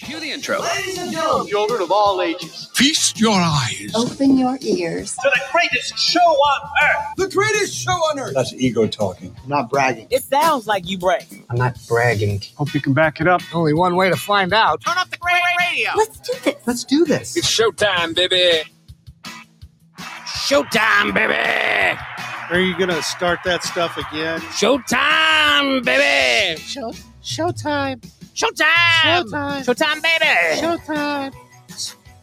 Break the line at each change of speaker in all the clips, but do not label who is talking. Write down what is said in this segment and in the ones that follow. the intro.
Ladies and gentlemen, children of all ages,
Feast your eyes.
Open your ears.
to the greatest show on earth.
The greatest show on earth.
That's ego talking.
I'm not bragging.
It sounds like you brag.
I'm not bragging.
Hope you can back it up.
Only one way to find out.
Turn up the great radio.
Let's do this.
Let's do this.
It's showtime, baby. Showtime, baby.
Are you gonna start that stuff again?
Showtime, baby.
Show showtime.
Showtime.
Showtime.
Showtime, baby.
Showtime.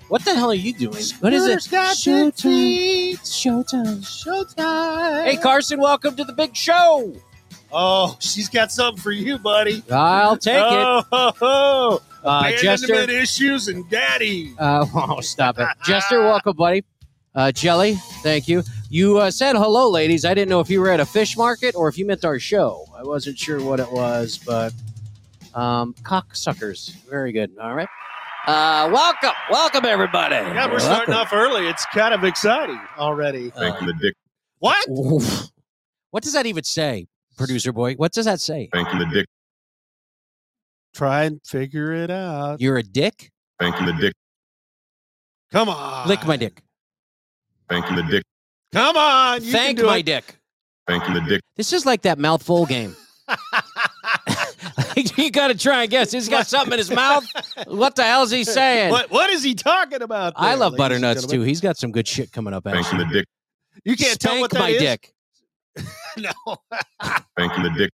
What the hell are you doing? What is it?
Showtime. Showtime.
Hey, Carson, welcome to the big show.
Oh, she's got something for you, buddy.
I'll take it.
oh, Ho, ho.
Uh, Jester,
Abandonment issues and daddy.
Uh, oh, stop it. Jester, welcome, buddy. Uh, Jelly, thank you. You uh, said hello, ladies. I didn't know if you were at a fish market or if you meant our show. I wasn't sure what it was, but um, cocksuckers. Very good. All right. Uh, welcome. Welcome, everybody.
Yeah, we're starting off early. It's kind of exciting already.
Welcome.
Thank you, the dick.
What?
Oof. What does that even say, producer boy? What does that say?
Thank you, the dick.
Try and figure it out.
You're a dick?
Thank you, the dick.
Come on.
Lick my dick.
Thank you, the dick.
Come on. You
Thank
can do
my
it.
dick.
Thank you, the dick.
This is like that mouthful game. you got to try and guess. He's got something in his mouth. What the hell is he saying?
What, what is he talking about?
I
there,
love
ladies and
butternuts too.
gentlemen?
He's got some good shit coming up.
Thank you,
Actually,
the dick.
You can't tell
Spank
what that
my
is?
dick.
no.
Thank you, the dick.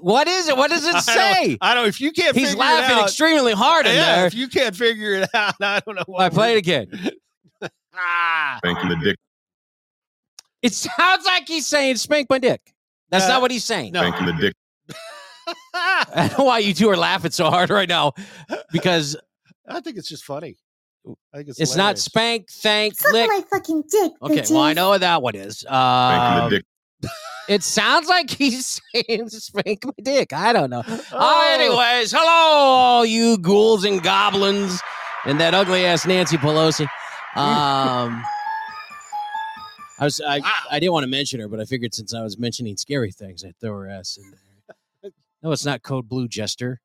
What is it? What does it
I don't-
say?
I don't. If you can't,
He's
figure
laughing
it out,
extremely hard in
yeah,
there.
If you can't figure it out, I don't know. What
I played again.
Ah,
Thank you, the dick.
It sounds like he's saying "spank my dick." That's
Uh,
not what he's saying.
no.
Thank you, the dick.
I don't know why you two are laughing so hard right now because
I think it's just funny. I think it's
it's not
hilarious.
spank, thank, lick.
my fucking dick.
Okay, well I know what that one is.
Thank you,
Uh,
the dick.
It sounds like he's saying spank my dick. I don't know. Uh,
Oh.
anyways, hello, all you ghouls and goblins and that ugly ass Nancy Pelosi. Um, I was I, I didn't want to mention her, but I figured since I was mentioning scary things, I'd throw her ass in there. No, it's not code blue, Jester.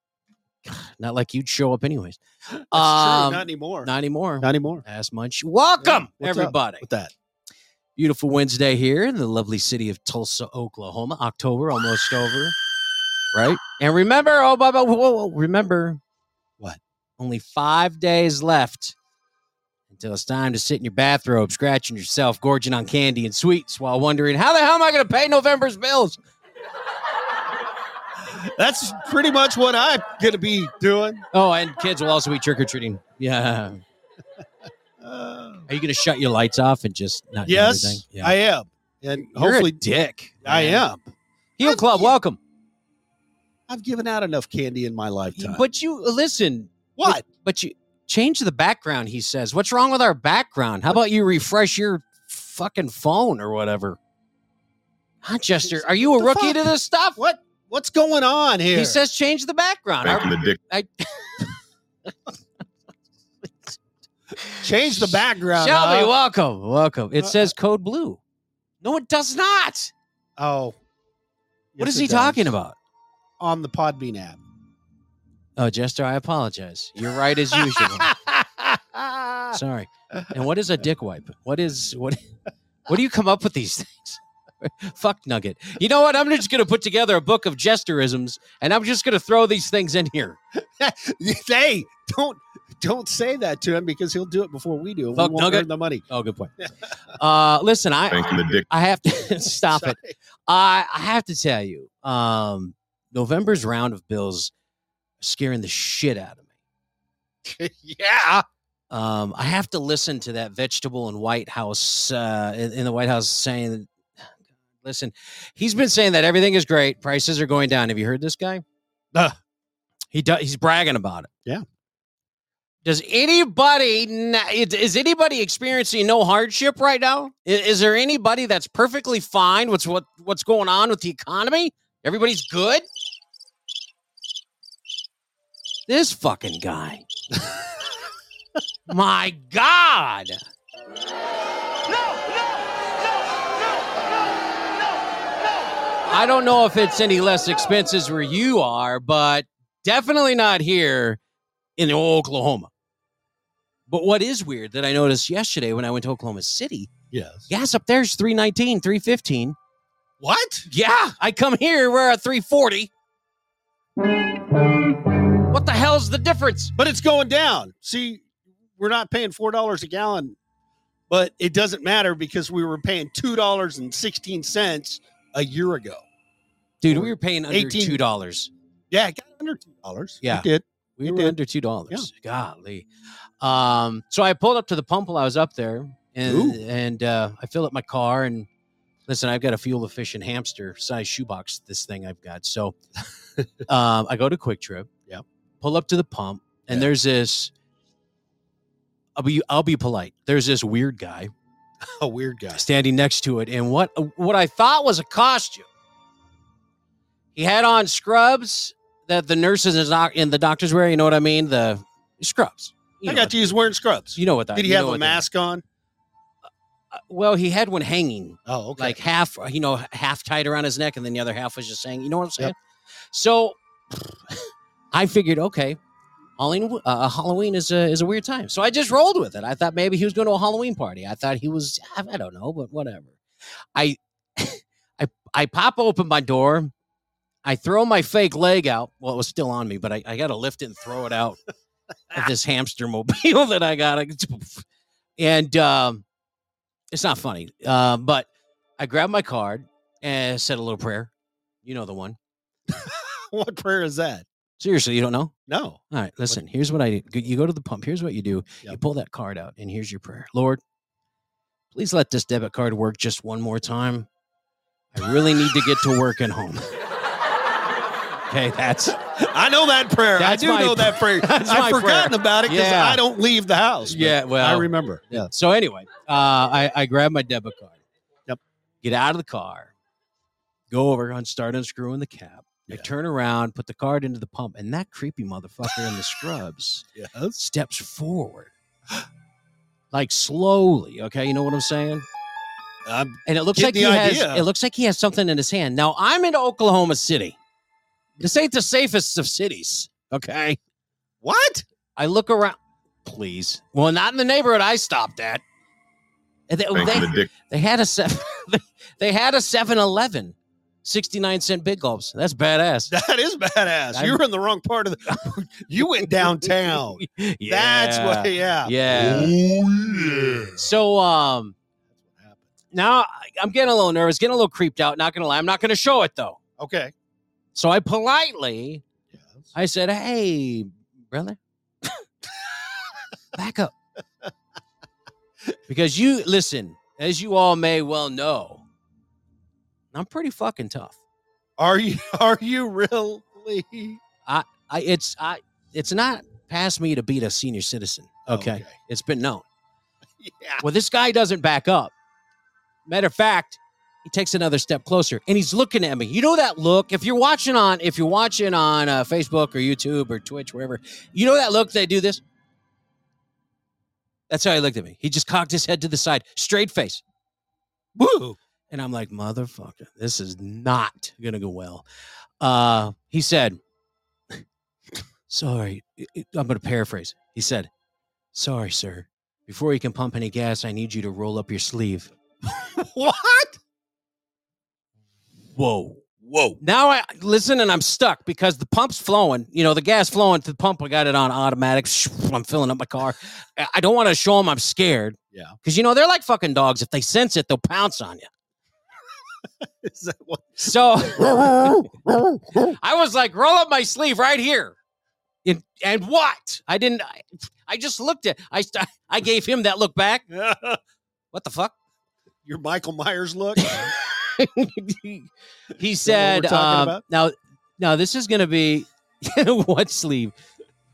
God, Not like you'd show up anyways.
That's
um,
true. Not anymore.
Not anymore.
Not anymore.
Ass Munch. Welcome,
Yeah, what's up
everybody.
With that,
Beautiful Wednesday here in the lovely city of Tulsa, Oklahoma. October almost over, right? And remember, oh, blah, blah, whoa, whoa, whoa, remember
What?
Only five days left until it's time to sit in your bathrobe, scratching yourself, gorging on candy and sweets while wondering how the hell am I going to pay November's bills?
that's pretty much what I'm gonna be doing.
Oh, and kids will also be trick or treating. Yeah.
Uh,
Are you going to shut your lights off and just not do anything?
yes,
Yeah.
I am, and
You're a
hopefully,
dick.
I am.
Heel
I'm-
Club, welcome.
I've given out enough candy in my lifetime.
But you listen,
What?
But you change the background, he says. What's wrong with our background? How about you refresh your fucking phone or whatever? Huh, Jester, are you a
What the
rookie to
fuck?
this stuff?
What? What's going on here?
He says change the background.
Thank you, the dick.
change the background.
Shelby,
huh?
welcome. Welcome. It
Uh,
says code blue. No, it does not.
Oh,
what
Yes,
is
it
he
does.
talking about?
on the Podbean app?
Oh, Jester, I apologize. You're right as usual. Sorry. And what is a dick wipe? What is what? What do you come up with these things? Fuck nugget. You know what? I'm just gonna put together a book of jesterisms, and I'm just gonna throw these things in here.
hey, don't don't say that to him because he'll do it before we do.
Fuck
we won't
nugget.
earn the money.
Oh, good point. Uh, listen, I
Thank you, the dick.
I have to stop it.
Sorry.
I I have to tell you, um, November's round of bills scaring the shit out of me.
yeah.
Um, I have to listen to that vegetable in White House uh, in, in the White House saying, "Listen, he's been saying that everything is great, prices are going down." Have you heard this guy?
Uh.
He does. He's bragging about it.
Yeah.
Does anybody n- it- is anybody experiencing no hardship right now? I- Is, there anybody that's perfectly fine? What's what what's going on with the economy? Everybody's good. This fucking guy. My God. I don't know if it's any less expenses where you are, but definitely not here. in Oklahoma. But what is weird that I noticed yesterday when I went to Oklahoma City,
Yes.
gas up there's 319, 315.
What?
Yeah, I come here, we're at 340. What the hell's the difference?
But it's going down. See, we're not paying four dollars a gallon, but it doesn't matter because we were paying two dollars and sixteen cents a year ago.
Dude, we were paying under
18.
$2.
Yeah, it got under two dollars.
Yeah.
did.
We
It
were
did.
under two dollars. Golly. Um, so I pulled up to the pump while I was up there, and
Ooh.
and uh, I fill up my car. And listen, I've got a fuel efficient hamster size shoebox. This thing I've got. So um, I go to Quick Trip.
Yep.
Pull up to the pump, and
Yeah.
there's this. I'll be I'll be polite. There's this weird guy
A weird guy.
standing next to it, and what what I thought was a costume. He had on scrubs that the nurses and doc- and the doctors wear. You know what I mean? The scrubs. You
I
know,
got you. He's wearing scrubs.
You know what that?
did he
you
have
know
a
what that-
mask on?
Uh, well, he had one hanging,
Oh, okay.
like half, you know, half tied around his neck, and then the other half was just hanging. You know what I'm saying?
Yep.
So, I figured, okay, Halloween, uh, Halloween is a is a weird time. So I just rolled with it. I thought maybe he was going to a Halloween party. I thought he was, I, I don't know, but whatever. I, I, I pop open my door. I throw my fake leg out. Well, it was still on me, but I, I got to lift it and throw it out of this hamster mobile that I got. And um, it's not funny, uh, but I grabbed my card and said a little prayer. You know the one.
what prayer is that?
Seriously, you don't know?
No.
All right, listen. Here's what I do. Go- You go to the pump. Here's what you do. You
Yep.
pull that card out, and here's your prayer. Lord, please let this debit card work just one more time. I really need to get to work and home. okay, that's
I know that prayer.
That's
I do
my-
know that prayer.
that's my
I've
prayer.
forgotten about it because
Yeah.
I don't leave the house. but
yeah. Well,
I remember. Yeah.
So anyway, uh, I I grab my debit card.
Yep.
Get out of the car. Go over and start unscrewing the cap. I
Yeah.
turn around, put the card into the pump, and that creepy motherfucker in the scrubs.
Yes.
steps forward, like slowly. Okay, you know what I'm saying?
I'm-
And it looks
Get
like
the
he
idea.
has. It looks like he has something in his hand. Now I'm in Oklahoma City. This ain't the safest of cities. Okay,
what?
I look around. Please, well, not in the neighborhood I stopped at. And they,
Thank
they,
you, the dick.
they had a seven. they had a 7-Eleven, 69 cent big gulps. That's badass.
That is badass.
I'm-
you were in the wrong part of the. you went downtown. That's
Yeah.
what. Yeah.
Yeah.
Oh yeah.
So um now I- I'm getting a little nervous, getting a little creeped out, not gonna lie. I'm not gonna show it though.
Okay.
So I politely
Yes.
I said, Hey, brother, back up. Because you listen, as you all may well know, I'm pretty fucking tough.
Are you? Are you really?
I it's I it's not past me to beat a senior citizen.
Oh,
okay. It's been known.
Yeah.
Well, this guy doesn't back up. Matter of fact, he takes another step closer and he's looking at me. You know that look. If you're watching on, if you're watching on uh, Facebook or YouTube or Twitch, wherever, you know that look. They do this. That's how he looked at me. He just cocked his head to the side, straight face.
Woo.
And I'm like, motherfucker, this is not gonna go well. Uh, he said, sorry, i- i- I'm gonna paraphrase. He said, sorry, sir. Before you can pump any gas, I need you to roll up your sleeve.
What?
Whoa. Whoa. Now I listen and I'm stuck because the pump's flowing. You know, the gas flowing to the pump. I got it on automatic. I'm filling up my car. I- I don't want to show them I'm scared.
Yeah.
Because, you know, they're like fucking dogs. If they sense it, they'll pounce on you.
Is that what?
So I was like, roll up my sleeve right here. And, and what? I didn't. I, I just looked at. I st- I gave him that look back. What the fuck?
Your Michael Myers look.
he said.
talking
Um,
about?
now, now this is going to be what sleeve?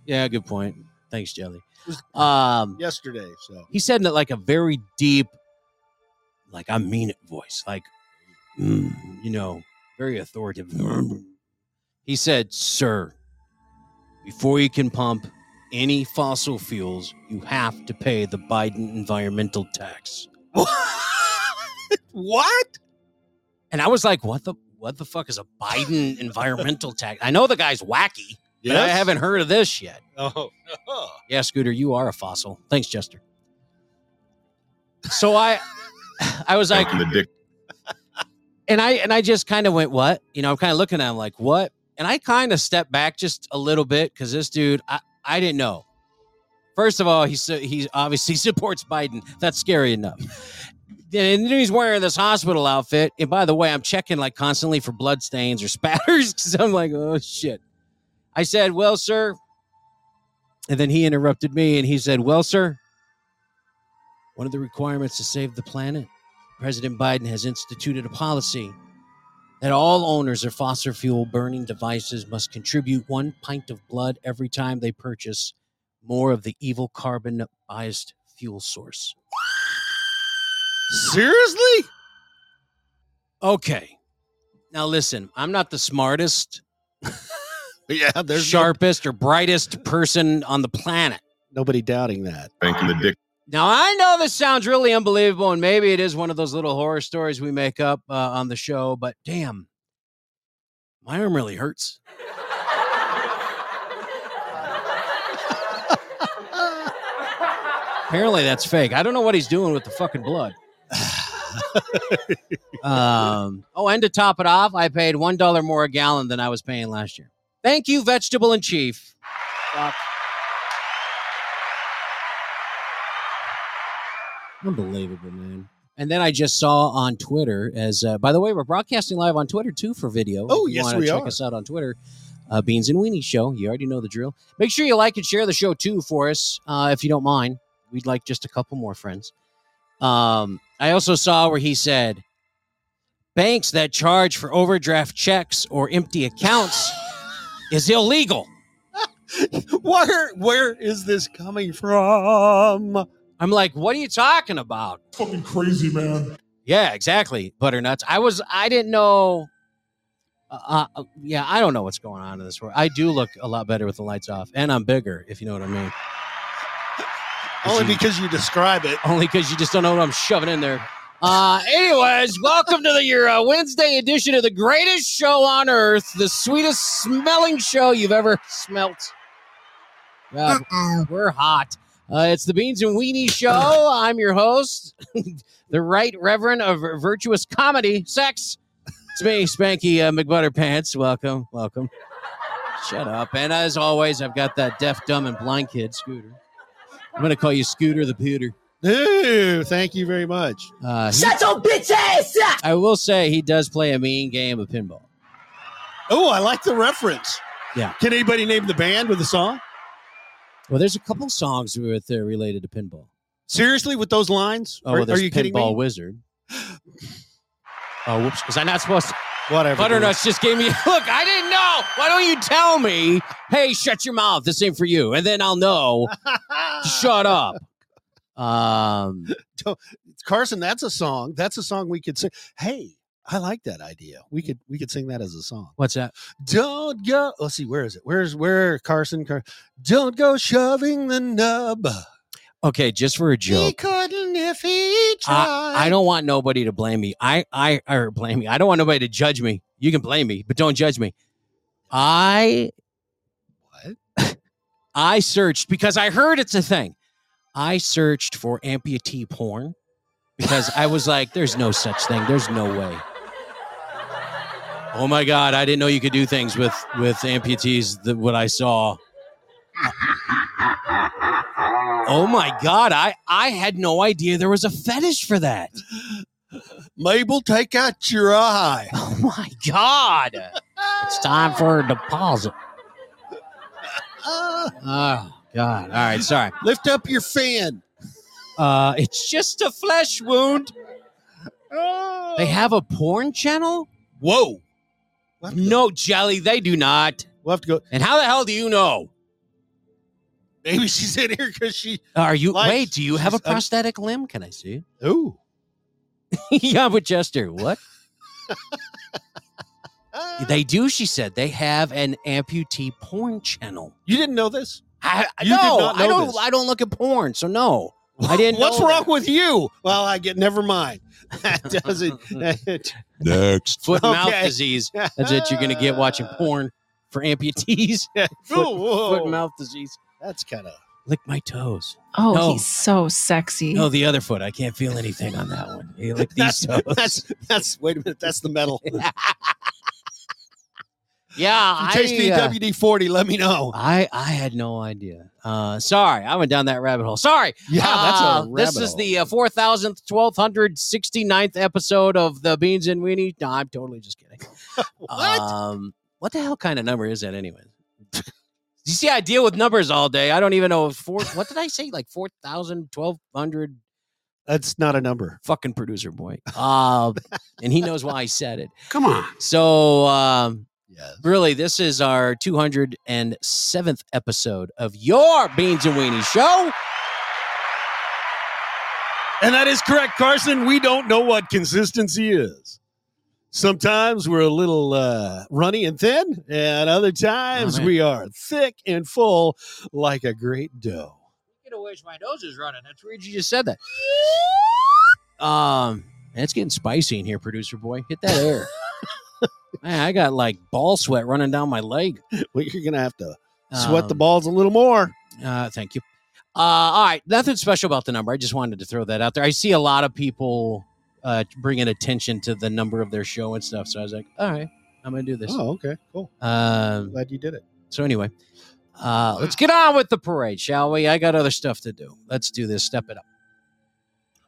Yeah, good point. Thanks, Jelly.
was-
Um,
yesterday. So
he said in like a very deep, like I mean it voice, like mm, you know, very authoritative. He said, "Sir, before you can pump any fossil fuels, you have to pay the Biden environmental tax."
what?
And I was like, "What the what the fuck is a Biden environmental tax?" I know the guy's wacky. But I haven't heard of this yet.
Oh,
Yeah, Scooter, you are a fossil. Thanks, Jester. So I, I was like,
Thank you, the dick.
and I and I just kind of went, what? You know, I'm kind of looking at him like, what? And I kind of stepped back just a little bit because this dude, I, I didn't know. First of all, he su- he obviously supports Biden. That's scary enough. And then he's wearing this hospital outfit. And by the way, I'm checking like constantly for blood stains or spatters because I'm like, oh shit. I said, well, sir. And then he interrupted me and he said, well, sir, one of the requirements to save the planet President Biden has instituted a policy that all owners of fossil fuel burning devices must contribute one pint of blood every time they purchase more of the evil carbon biased fuel source.
seriously?
Okay. Now, listen, I'm not the smartest,
Yeah, Uh, there's no-
sharpest, or brightest person on the planet.
nobody doubting that.
Thank you, the dick.
Now, I know this sounds really unbelievable, and maybe it is one of those little horror stories we make up uh, on the show, but damn, my arm really hurts. Apparently, that's fake. I don't know what he's doing with the fucking blood. um, oh, and to top it off, I paid one dollar more a gallon than I was paying last year. Thank you, vegetable in chief. Fuck. Unbelievable, man. And then I just saw on Twitter, as uh, by the way, we're broadcasting live on Twitter too for video.
Oh,
If you
yes,
wanna
we
check
are.
us out on Twitter. Uh, Beans and Weenie Show. You already know the drill. Make sure you like and share the show too for us, uh, if you don't mind. We'd like just a couple more friends. Um, I also saw where he said banks that charge for overdraft checks or empty accounts is illegal.
Where where is this coming from?
I'm like, what are you talking about?
Fucking crazy, man.
Yeah, exactly. Butternuts. I was, I didn't know. Uh, uh, yeah, I don't know what's going on in this world. I do look a lot better with the lights off, and I'm bigger, if you know what I mean.
Only because you describe it.
only because you just don't know what I'm shoving in there. Uh, anyways, welcome to the your uh, Wednesday edition of the greatest show on earth, the sweetest smelling show you've ever smelt. Yeah, we're hot. Uh, it's the Beans and Weenie Show. I'm your host, the Right Reverend of Virtuous Comedy Sex. It's me, Spanky uh, McButterpants. Welcome, welcome. Shut up. And as always, I've got that deaf, dumb, and blind kid, Scooter. I'm going to call you Scooter the Pewter.
Ew, thank you very much.
Uh, he-
Shut your bitch ass up!
I will say he does play a mean game of pinball.
Oh, I like the reference.
Yeah.
Can anybody name the band with the song?
Well, there's a couple songs with uh, related to pinball.
Seriously, with those lines?
Oh,
are,
well,
are
there's
you kidding
Pinball
me?
Wizard. Oh, whoops! Was I not supposed to?
Whatever.
Butternuts just gave me look. I didn't know. Why don't you tell me? Hey, shut your mouth. This ain't for you. And then I'll know. to shut up. Um,
Carson, that's a song. That's a song we could sing. Hey, I like that idea. We could we could sing that as a song.
what's that?
Don't go. Let's see. Where is it? Where's where Carson? Car- Don't go shoving the nub.
Okay, just for a
He
joke.
couldn't if he tried.
I don't want nobody to blame me. I, I, or blame me. I don't want nobody to judge me. You can blame me, but don't judge me. I,
What?
I searched because I heard it's a thing. I searched for amputee porn because I was like, there's no such thing. There's no way. Oh my God. I didn't know you could do things with, with amputees that what I saw. Oh my God. I, I had no idea there was a fetish for that.
Mabel, take out your eye.
Oh my God. It's time for a deposit.
Ah,
Oh God. All right. Sorry.
lift up your fan.
Uh, it's just a flesh wound. They have a porn channel?
Whoa. We'll have, to go,
No, Jelly, they do not.
we'll have to go.
And how the hell do you know?
Maybe she's in here because she.
Are you
Like,
wait? Do you have a
she's- uh, I'm-
prosthetic limb? Can I see?
Ooh.
yeah, but Jester, what?
Ah.
They do. She said they have an amputee porn channel.
you didn't know this?
I,
You
no,
did not
I
know
don't.
this.
I don't look at porn, so no. I didn't.
What's
know
wrong
that.
with you? Well, I get. Never mind. That doesn't.
Foot and mouth
Okay.
Ah. disease. That's what you're gonna get watching porn. for amputees,
Ooh,
foot and
whoa.
mouth disease.
That's kind of.
Lick my toes.
Oh,
No.
he's so sexy.
No, the other foot. I can't feel anything on that one. He licked these
That's,
toes.
that's that's wait a minute. That's the metal. If
yeah,
you
I,
taste me
uh,
WD forty. Let me know.
I I had no idea. Uh, sorry, I went down that rabbit hole. Sorry.
Yeah, that's a
Uh,
rabbit
This is
hole.
the uh, 4,000th, 1,269th episode of the Beans and Weenie. No, I'm totally just kidding.
What?
Um, what the hell kind of number is that anyway? you see, I deal with numbers all day. I don't even know. if Four, what did I say? Like 4,000, 1,200
That's not a number.
fucking producer boy. Uh, and he knows why I said it.
Come on.
So, um,
Yeah.
really, this is our 207th episode of your Beans and Weenie show.
And that is correct, Carson. We don't know what consistency is. Sometimes we're a little uh, runny and thin, and other times
man.
we are thick and full like a great dough.
Get away from my nose is running. That's weird. You just said that. Um, and it's getting spicy in here, producer boy. Hit that air. Man, I got like ball sweat running down my leg.
Well, you're going to have to sweat the
Um,
balls a little more.
Uh, thank you. Uh, all right, nothing special about the number. I just wanted to throw that out there. I see a lot of people uh, bringing attention to the number of their show and stuff. So I was like, all right, I'm gonna do this.
Oh, okay. Cool.
Um,
Glad you did it.
so anyway, uh, let's get on with the parade, shall we? I got other stuff to do. Let's do this. Step it up,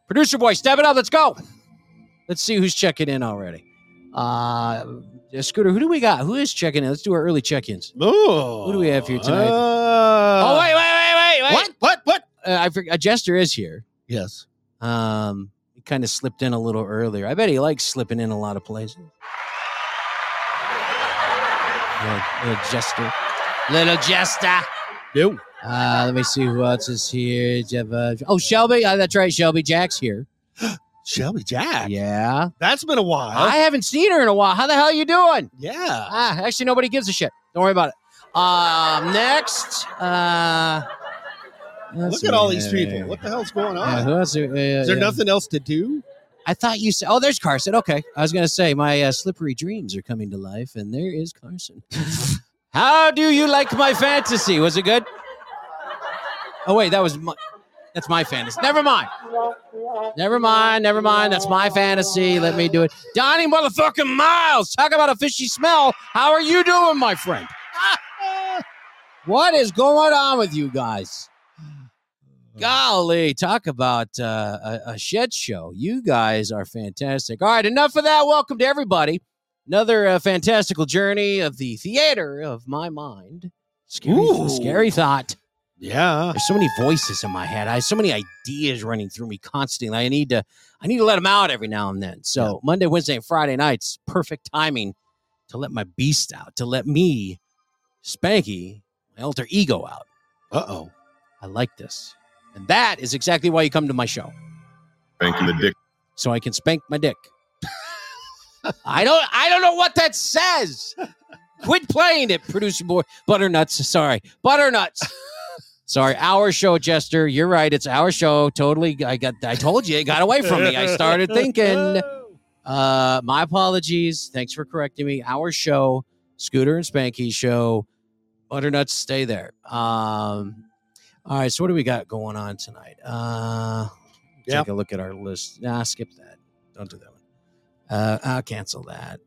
producer boy. Step it up. Let's go. Let's see who's checking in already. Uh, Scooter, who do we got? Who is checking in? Let's do our early check-ins.
Oh.
Who do we have here tonight?
Uh,
oh wait, wait, wait, wait, wait.
What? What? What?
Uh, I forg- uh, Jester is here.
Yes.
Um, he kind of slipped in a little earlier. I bet he likes slipping in a lot of places. Little, little jester, little jester.
No.
Uh, let me see who else is here. Jeva- Oh, Shelby. Uh, that's right. Shelby Jack's here.
Shelby Jack.
Yeah.
That's been a while.
I haven't seen her in a while. How the hell you doing?
yeah.
Ah, actually, nobody gives a shit. Don't worry about it. Um, next. Uh, let's
Look
see
at all these
here.
people. What the hell's going on?
Yeah, who else? Uh,
Is there nothing else to do?
I thought you said, "Oh, there's Carson." Okay, I was gonna say my uh, slippery dreams are coming to life, and there is Carson. How do you like my fantasy? Was it good? Oh wait, that was my, that's my fantasy. Never mind. Never mind. Never mind. That's my fantasy. Let me do it. Donnie motherfucking Miles, talk about a fishy smell. How are you doing, my friend? what is going on with you guys? Golly, talk about uh, a, a shed show. You guys are fantastic. All right, enough of that. Welcome to everybody. Another uh, fantastical journey of the theater of my mind. Scary,
Ooh.
scary thought.
Yeah.
There's so many voices in my head. I have so many ideas running through me constantly. I need to I need to let them out every now and then. So Monday, Wednesday, and Friday nights, perfect timing to let my beast out, to let me, Spanky, my alter ego out.
Uh oh.
I like this. And that is exactly why you come to my show.
Spanking the dick.
So I can spank my dick. I don't I don't know what that says. Quit playing it, producer boy. Butternuts, sorry. Butternuts. Sorry, our show, Jester. You're right. It's our show. Totally. I got I told you it got away from me. I started thinking. Uh my apologies. Thanks for correcting me. Our show, Scooter and Spanky show. Butternuts, stay there. Um all right, so what do we got going on tonight? Uh
Yeah.
take a look at our list. Nah, skip that. Don't do that one. Uh I'll cancel that.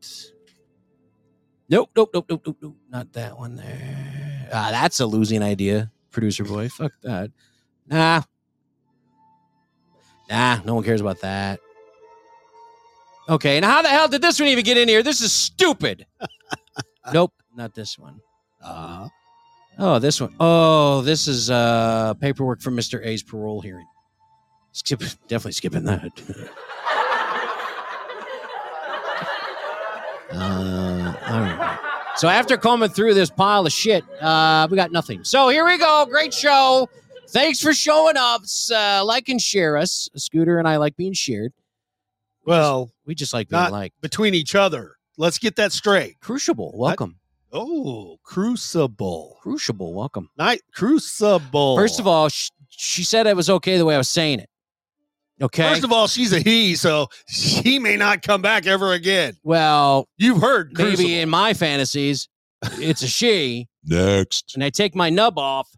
Nope, nope, nope, nope, nope, nope. Not that one there. Ah, that's a losing idea, producer boy. Fuck that. Nah. Nah, no one cares about that. Okay, and how the hell did this one even get in here? This is stupid. nope, not this one.
Uh,
Oh, this one. Oh, this is uh paperwork from Mr. A's parole hearing. Skip definitely skipping that. uh, all right. So after combing through this pile of shit, uh, we got nothing. So here we go. Great show. Thanks for showing up. S- Uh, like and share us. Scooter and I like being shared.
well,
We just like being
Not-
liked.
between each other. Let's get that straight.
Crucible, welcome.
Oh, crucible.
Crucible, welcome.
Night crucible.
First of all, she, she said it was okay the way I was saying it. Okay.
First of all, she's a he, so she may not come back ever again.
well,
You've heard
maybe
crucible.
in my fantasies, it's a she,
Next.
and I take my nub off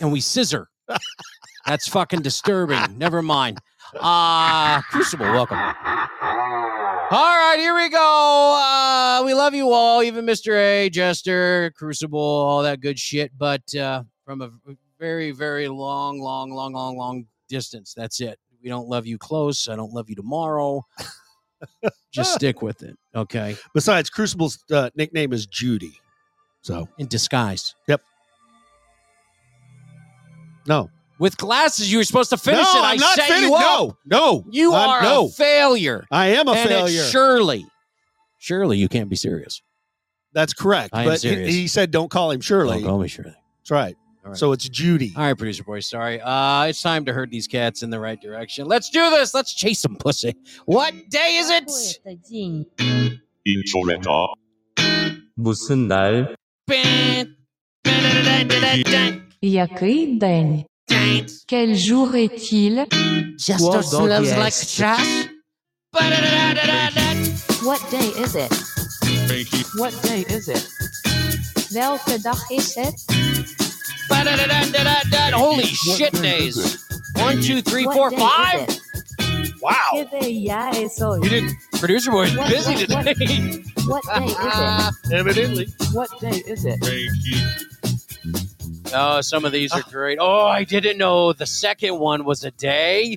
and we scissor. That's fucking disturbing. Never mind. Uh Crucible, welcome. All right, here we go. Uh we love you all, even Mr. A, Jester, Crucible, all that good shit, but uh from a very very long long long long long distance. That's it. We don't love you close. I don't love you tomorrow. Just stick with it, okay?
Besides, Crucible's uh, nickname is Judy. So
In disguise.
no,
With glasses, you were supposed to finish
no,
it. I
I'm not
set
finished.
you up.
No, no,
You
I'm-
are a
no.
failure.
I am a
and it's
failure.
surely, surely you can't be serious.
That's correct.
I am
but he,
serious.
he said, "Don't call him Shirley."
Don't call me Shirley.
That's right.
All right.
So it's Judy.
All right, producer boy. Sorry. Uh, it's time to herd these cats in the right direction. Let's do this. Let's chase some pussy. What day is it?
일초 레터
무슨 날?
Bam.
Який день? Quel jour est-il?
Just
Well,
smells
dog,
like
yes.
trash. Ba-da-da-da-da-da.
What day is it?
What day is it?
Welke dag is het?
Ba-da-da-da-da-da. Holy shit days. One, two, three,
What
four,
day
five.
is it?
Wow.
¿Qué día es hoy?
You didn't. Producer boy's
What-
busy
what- what-
today.
What day is it?
Uh,
Evidently.
What day is it?
Oh, some of these are great. Oh, I didn't know the second one was a day.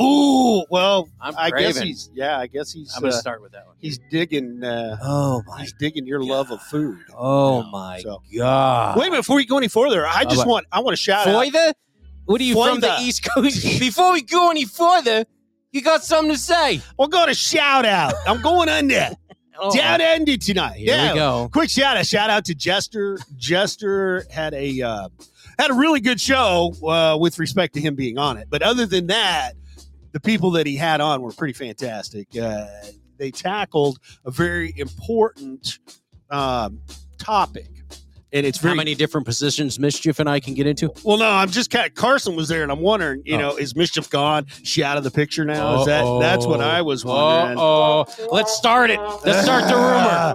Ooh,
Well,
I'm
I guess
craving.
he's. Yeah, I guess he's.
I'm gonna
uh,
start with that one.
he's digging. Uh,
Oh my,
he's digging your love of food.
oh
Yeah,
my
so.
god!
Wait a minute. Before we go any further, I just
what?
want. I want to shout out.
Foyther? What are you from the
Foyther.
East Coast? Before we go any further, you got something to say?
We're going to shout out. I'm going under.
Oh,
Down under tonight.
Here
yeah.
we go.
quick shout out shout out to jester jester had a uh, had a really good show uh, with respect to him being on it but other than that the people that he had on were pretty fantastic uh, they tackled a very important um, topic and it's
How
very
many different positions Mischief and I can get into?
well no i'm just kind of carson was there and i'm wondering you
Oh.
know is mischief gone is she out of the picture now is that that's what i was wondering
Oh, let's start it. Let's start the rumor.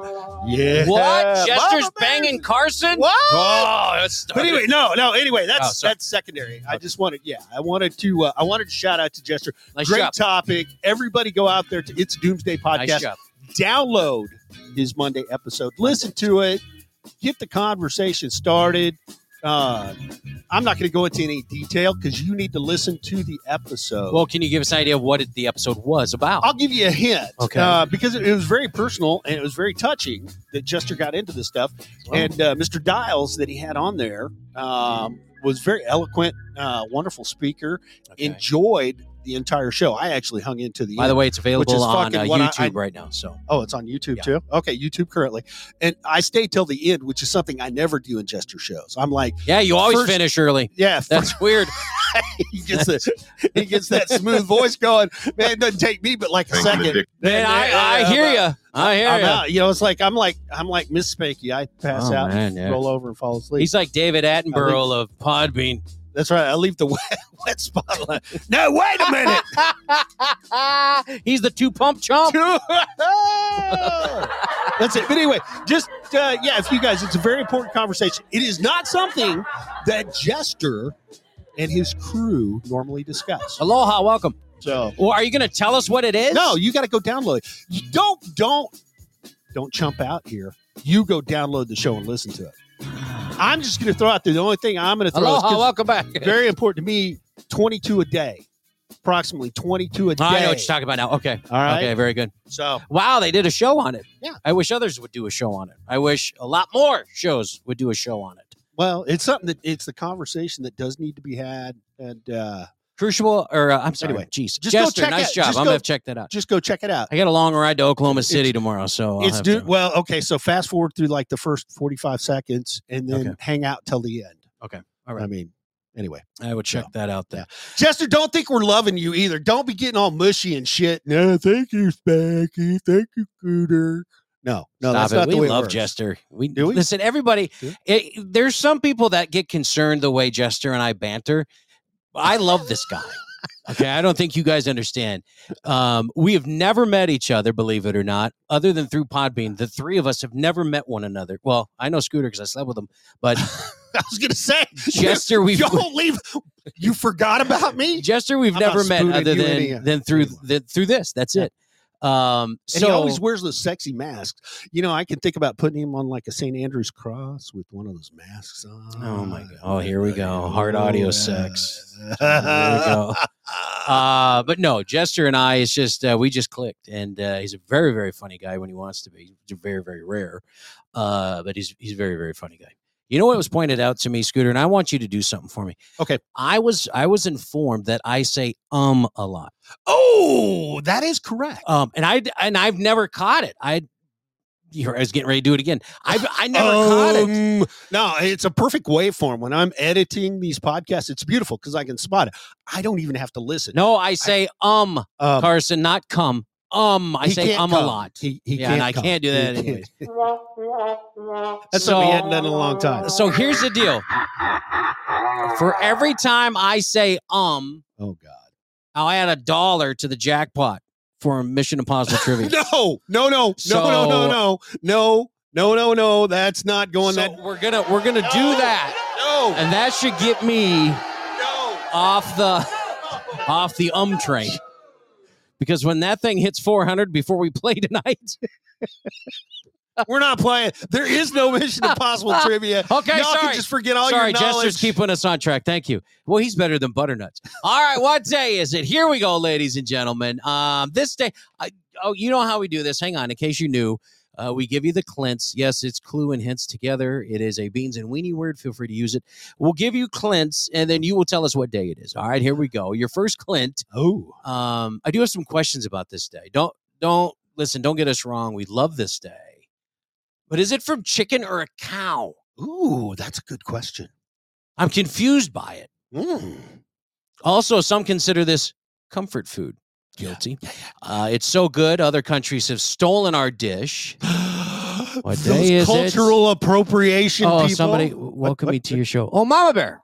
yeah
What? Jester's
Mama Bear's-
banging Carson?
what
Oh, let's start
But
it.
anyway, no, no. Anyway,
Oh,
that's
sorry.
that's secondary. I just wanted, yeah, I wanted to, uh, I wanted to shout out to Jester.
Nice
Great
job.
topic. Everybody go out there to it's Doomsday
Nice
Podcast.
job.
Download his Monday episode. Listen to it. Get the conversation started. Uh, I'm not going to go into any detail because you need to listen to the episode.
Well, can you give us an idea of what it, the episode was about?
I'll give you a hint.
Okay.
Uh, because it, it was very personal and it was very touching that Jester got into this stuff. And uh, Mr. Dials that he had on there um, was very eloquent, uh, wonderful speaker.
Okay.
Enjoyed the entire show. I actually hung into the
By the way, it's available on uh,
fucking what I-
YouTube
I-
right now. So
Oh, it's on YouTube
Yeah.
too. Okay, YouTube currently, and I stay till the end, which is something I never do in Jester shows. I'm like,
yeah, you always
First-
finish early.
yeah,
That's weird.
he gets the, he gets that smooth voice going. Man, it doesn't take me but like a
Thank you,
second.
Dick.
Man, I, I
Yeah,
hear
but-
you. I hear
uh, I'm
you.
out. You know, it's like I'm like I'm like Miss Spanky. I pass
Oh,
out,
man, yeah.
roll over, and fall asleep.
He's like David Attenborough of Podbean.
That's right. I leave the wet, wet spot. alone. No, wait a minute.
He's the two pump chump.
That's it. But anyway, just uh, yeah, if you guys, it's a very important conversation. It is not something that Jester and his crew normally discuss.
Aloha, welcome.
So
Well, are you going to tell us what it is?
no, you got to go download. it. You don't don't don't chump out here. You go download the show and listen to it. I'm just going to throw out there. The only thing I'm going to throw is 'cause-
Aloha, welcome back.
very important to me 22 a day approximately 22 a day
I know what you're talking about now. Okay.
all right
Okay, very good.
so
Wow, they did a show on it.
Yeah.
I wish others would do a show on it. I wish a lot more shows would do a show on it.
well it's something that it's the conversation that does need to be had and uh
Crucible, or uh, I'm sorry.
Anyway,
Jeez.
just go
Jester,
check
nice
it-
job.
just
I'm
go-
going to check that out.
just go check it out
I got a long ride to Oklahoma City
It's-
tomorrow, so I'll
it's
have
dude
to-
well okay so fast forward through like the first 45 seconds and then
Okay.
hang out till the end
Okay. All right.
i mean anyway
I would check that out then.
jester don't think we're loving you either don't be getting all mushy and shit no thank you spanky thank you cooter no no
Stop
that's
it.
not
we
the way
love
it works.
Jester. We
Do we?
listen. Everybody,
Do
it, there's some people that get concerned the way Jester and I banter. I love this guy. Okay, I don't think you guys understand. Um, we have never met each other, believe it or not, other than through Podbean. The three of us have never met one another. Well, I know Scooter because I slept with him, but
I was gonna say,
Jester, we've
don't leave. You forgot about me.
Jester, we've
I'm not
never met
spooning
other
you any-
than than through
anyone.
the, through this. That's
Yeah.
it. Um,
And
so
he always wears those sexy masks. You know, I can think about putting him on like a St. Andrew's cross with one of those masks on.
Oh my god! Oh, here we go. Hard audio sex.
Here we
Here we go. Uh, but no, Jester and I, it's just uh, we just clicked, and uh, he's a very very funny guy when he wants to be. He's very very rare, uh, but he's he's a very very funny guy. You know what was pointed out to me, Scooter, and I want you to do something for me.
Okay.
I was I was informed that I say um a lot,
Oh, that is correct.
um, and I and I've never caught it. I. you I was getting ready to do it again. I I never caught it.
Um, No, it's a perfect waveform. When I'm editing these podcasts, it's beautiful because I can spot it. I don't even have to listen.
No, I say um,
Um,
Carson, not come. Um, I
he
say
can't
um
come.
a lot.
He, he
yeah,
can't
and I
come.
can't do
He
that
can't.
anyways.
That's
So-
something we hadn't done in a long time.
So here's the deal. For every time I say um,
Oh God.
I'll add a dollar to the jackpot for Mission Impossible trivia.
No, no, no, no, no, no, no, no, no, no, no. That's not going
So
that.
we're gonna we're gonna do that,
No,
and that should get me
no.
off the off the um train. Because when that thing hits 400 before we play tonight,
We're not playing. There is no Mission Impossible trivia.
okay,
Y'all
sorry,
can just forget all
sorry,
your knowledge.
Jester's keeping us on track. Thank you. Well, he's better than butternuts. All right, what day is it? Here we go, ladies and gentlemen. Um, this day, I, oh, you know how we do this. Hang on, in case you knew, uh, we give you the clints. Yes, it's clue and hints together. It is a beans and weenie word. Feel free to use it. We'll give you clints, and then you will tell us what day it is. All right, here we go. Your first clint.
oh,
Um, I do have some questions about this day. Don't don't listen. Don't get us wrong. We love this day, but is it from chicken or a cow?
ooh, that's a good question.
I'm confused by it.
Mm.
Also, some consider this comfort food. Guilty. Uh, it's so good. Other countries have stolen our dish. What
Those
day is it?
cultural appropriation
Oh,
people.
somebody welcome me to your show. Oh, Mama Bear.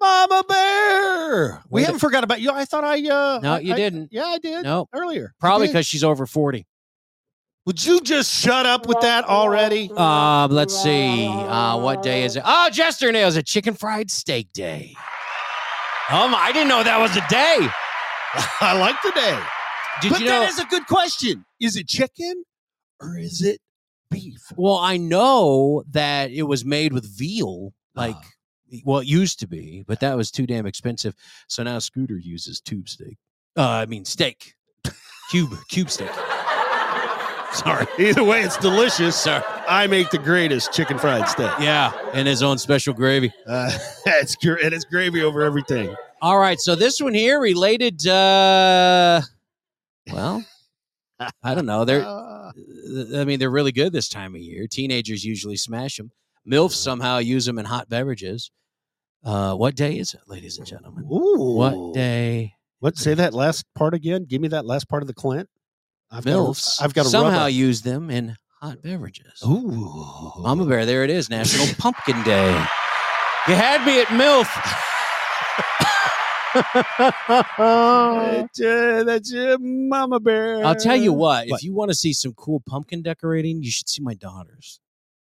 Mama Bear. We
Wait a-
haven't forgot about you. I thought I uh
No,
I-
you
I-
didn't.
Yeah, I did.
No,
Earlier. I
probably
did.
because she's over 40.
Would you just shut up with that already?
Um, let's see. Uh, what day is it? Oh, Jester Nails, a chicken fried steak day. Um, I didn't know that was a day.
I like the day.
Did
but
you know?
that is a good question. Is it chicken or is it beef?
well, I know that it was made with veal, like, well, it used to be, but that was too damn expensive. So now Scooter uses tube steak. Uh, I mean, steak. Cube, cube steak. Sorry.
Either way, it's delicious.
Sorry.
I make the greatest chicken fried steak.
Yeah, and his own special gravy.
Uh, it's cur- and it's gravy over everything.
All right, so this one here related uh well, I don't know. They're
Uh,
I mean, they're really good this time of year. Teenagers usually smash them. MILFs somehow use them in hot beverages. Uh what day is it, ladies and gentlemen?
ooh.
What day?
What? Say that last part again. Give me that last part of the Clint. I've got a-
MILFs
I've got a
somehow
rubber.
use them in hot beverages.
Ooh.
Mama Bear, there it is, National Pumpkin Day. You had me at MILF.
That's, uh, that's uh, Mama Bear.
I'll tell you what,
What?
if you want to see some cool pumpkin decorating, you should see my daughter's.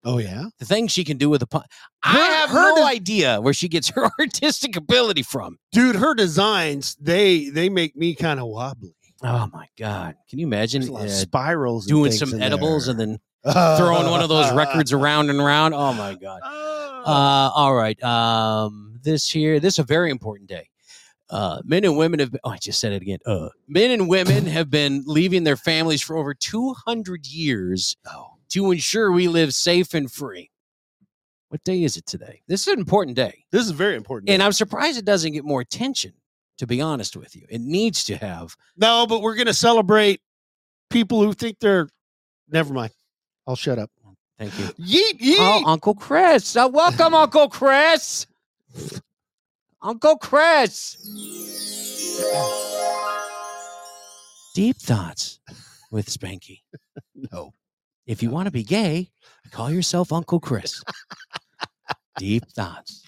Oh yeah.
The thing she can do with a pumpkin. I
Her-
have
her
no
des-
idea where she gets her artistic ability from.
dude her designs they they make me kind of wobbly
Oh my God. Can you
There's a
imagine
lot of
uh,
spirals and
doing
things
some
in
edibles
there.
and then throwing one of those records around and around? Oh my God.
Oh.
Uh, all right. Um, this here, this is a very important day. Uh, men and women have. Been, oh, I just said it again. Uh, men and women have been leaving their families for over 200 years to ensure we live safe and free. What day is it today? This is an important day,
this is very important
and I'm surprised it doesn't get more attention. To be honest with you, it needs to have.
no but we're gonna celebrate people who think they're never mind i'll shut up
Thank you.
yeet yeet
Oh, Uncle Chris. Uh, welcome, Uncle Chris. Uncle Chris. Deep thoughts with Spanky.
no
If you want to be gay, call yourself Uncle Chris. Deep thoughts.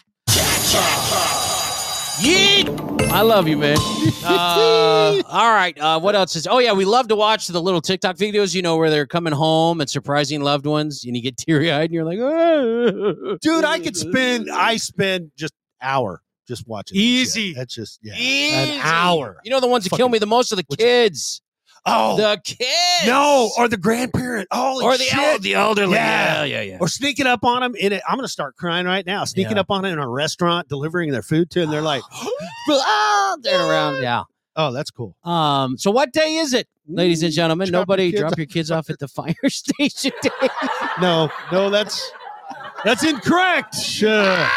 Yeet! I love you, man. Uh, all right. Uh, what else is? Oh yeah, we love to watch the little TikTok videos. You know where they're coming home and surprising loved ones, and you get teary eyed, and you're like,
dude. I could spend. I spend just hour just watching. that shit.
Easy.
That's just yeah.
Easy.
An hour.
You know the ones that kill
Fucking-
me the most are the kids.
Oh
The kids.
no, or the grandparent. Oh, Holy
or the
shit.
el- the elderly. Yeah,
Yeah.
yeah, yeah.
or sneaking up on them in it. I'm gonna start crying right now. Sneaking
Yeah.
up on them in a restaurant, delivering their food to, and they're like,
Ah, they're around. Yeah.
"Oh, that's cool."
Um. So what day is it, ladies and gentlemen?
Drop your
Nobody
kids
drop your kids off at the fire station. Day.
No, no, that's that's incorrect. Uh,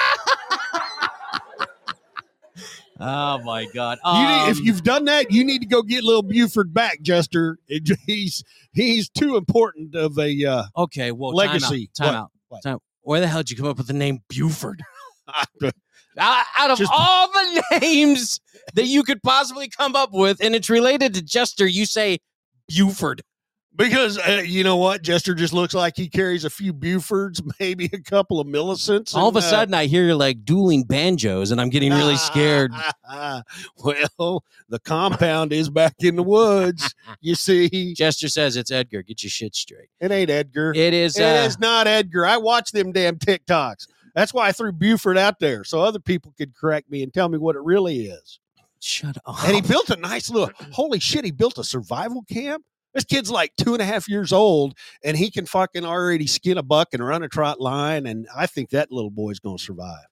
Oh my God.
you need, if
Um,
you've done that, you need to go get little Buford back, Jester. It j- He's he's too important of a. Uh,
Okay, well,
Legacy.
Time out. Time
What?
out.
What?
Time. Where the hell did you come up with the name Buford?
I-
Out, out of
Just-
all the names that you could possibly come up with, and it's related to Jester, you say Buford.
because uh, you know what, Jester just looks like he carries a few Bufords, maybe a couple of Millicents.
all of a
and, uh,
sudden, I hear like dueling banjos, and I'm getting really scared.
well, the compound is back in the woods. You see,
Jester says it's Edgar. Get your shit straight.
it ain't Edgar.
It is.
It
Uh,
is not Edgar. I watch them damn TikToks. That's why I threw Buford out there so other people could correct me and tell me what it really is.
Shut up.
And he built a nice little, holy shit, he built a survival camp. This kid's like two and a half years old and he can fucking already skin a buck and run a trot line. And I think that little boy's going to survive.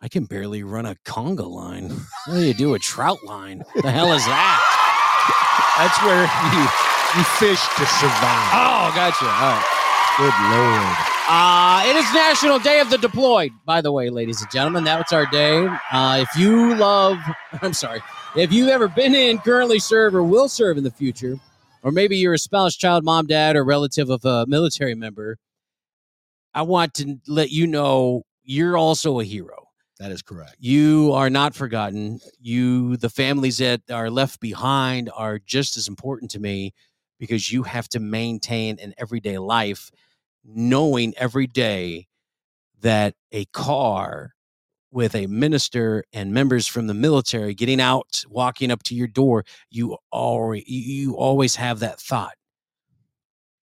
I can barely run a conga line. What do you do a trout line? The hell is that?
That's where you, you fish to survive.
Oh, gotcha. All right.
Good Lord.
Uh, it is National Day of the Deployed, by the way, ladies and gentlemen. That's our day. Uh, if you love, I'm sorry, if you've ever been in, currently serve, or will serve in the future, or maybe you're a spouse, child, mom, dad, or relative of a military member, I want to let you know you're also a hero.
That is correct.
You are not forgotten. You, the families that are left behind, are just as important to me because you have to maintain an everyday life, knowing every day that a car with a minister and members from the military getting out, walking up to your door, you always you always have that thought.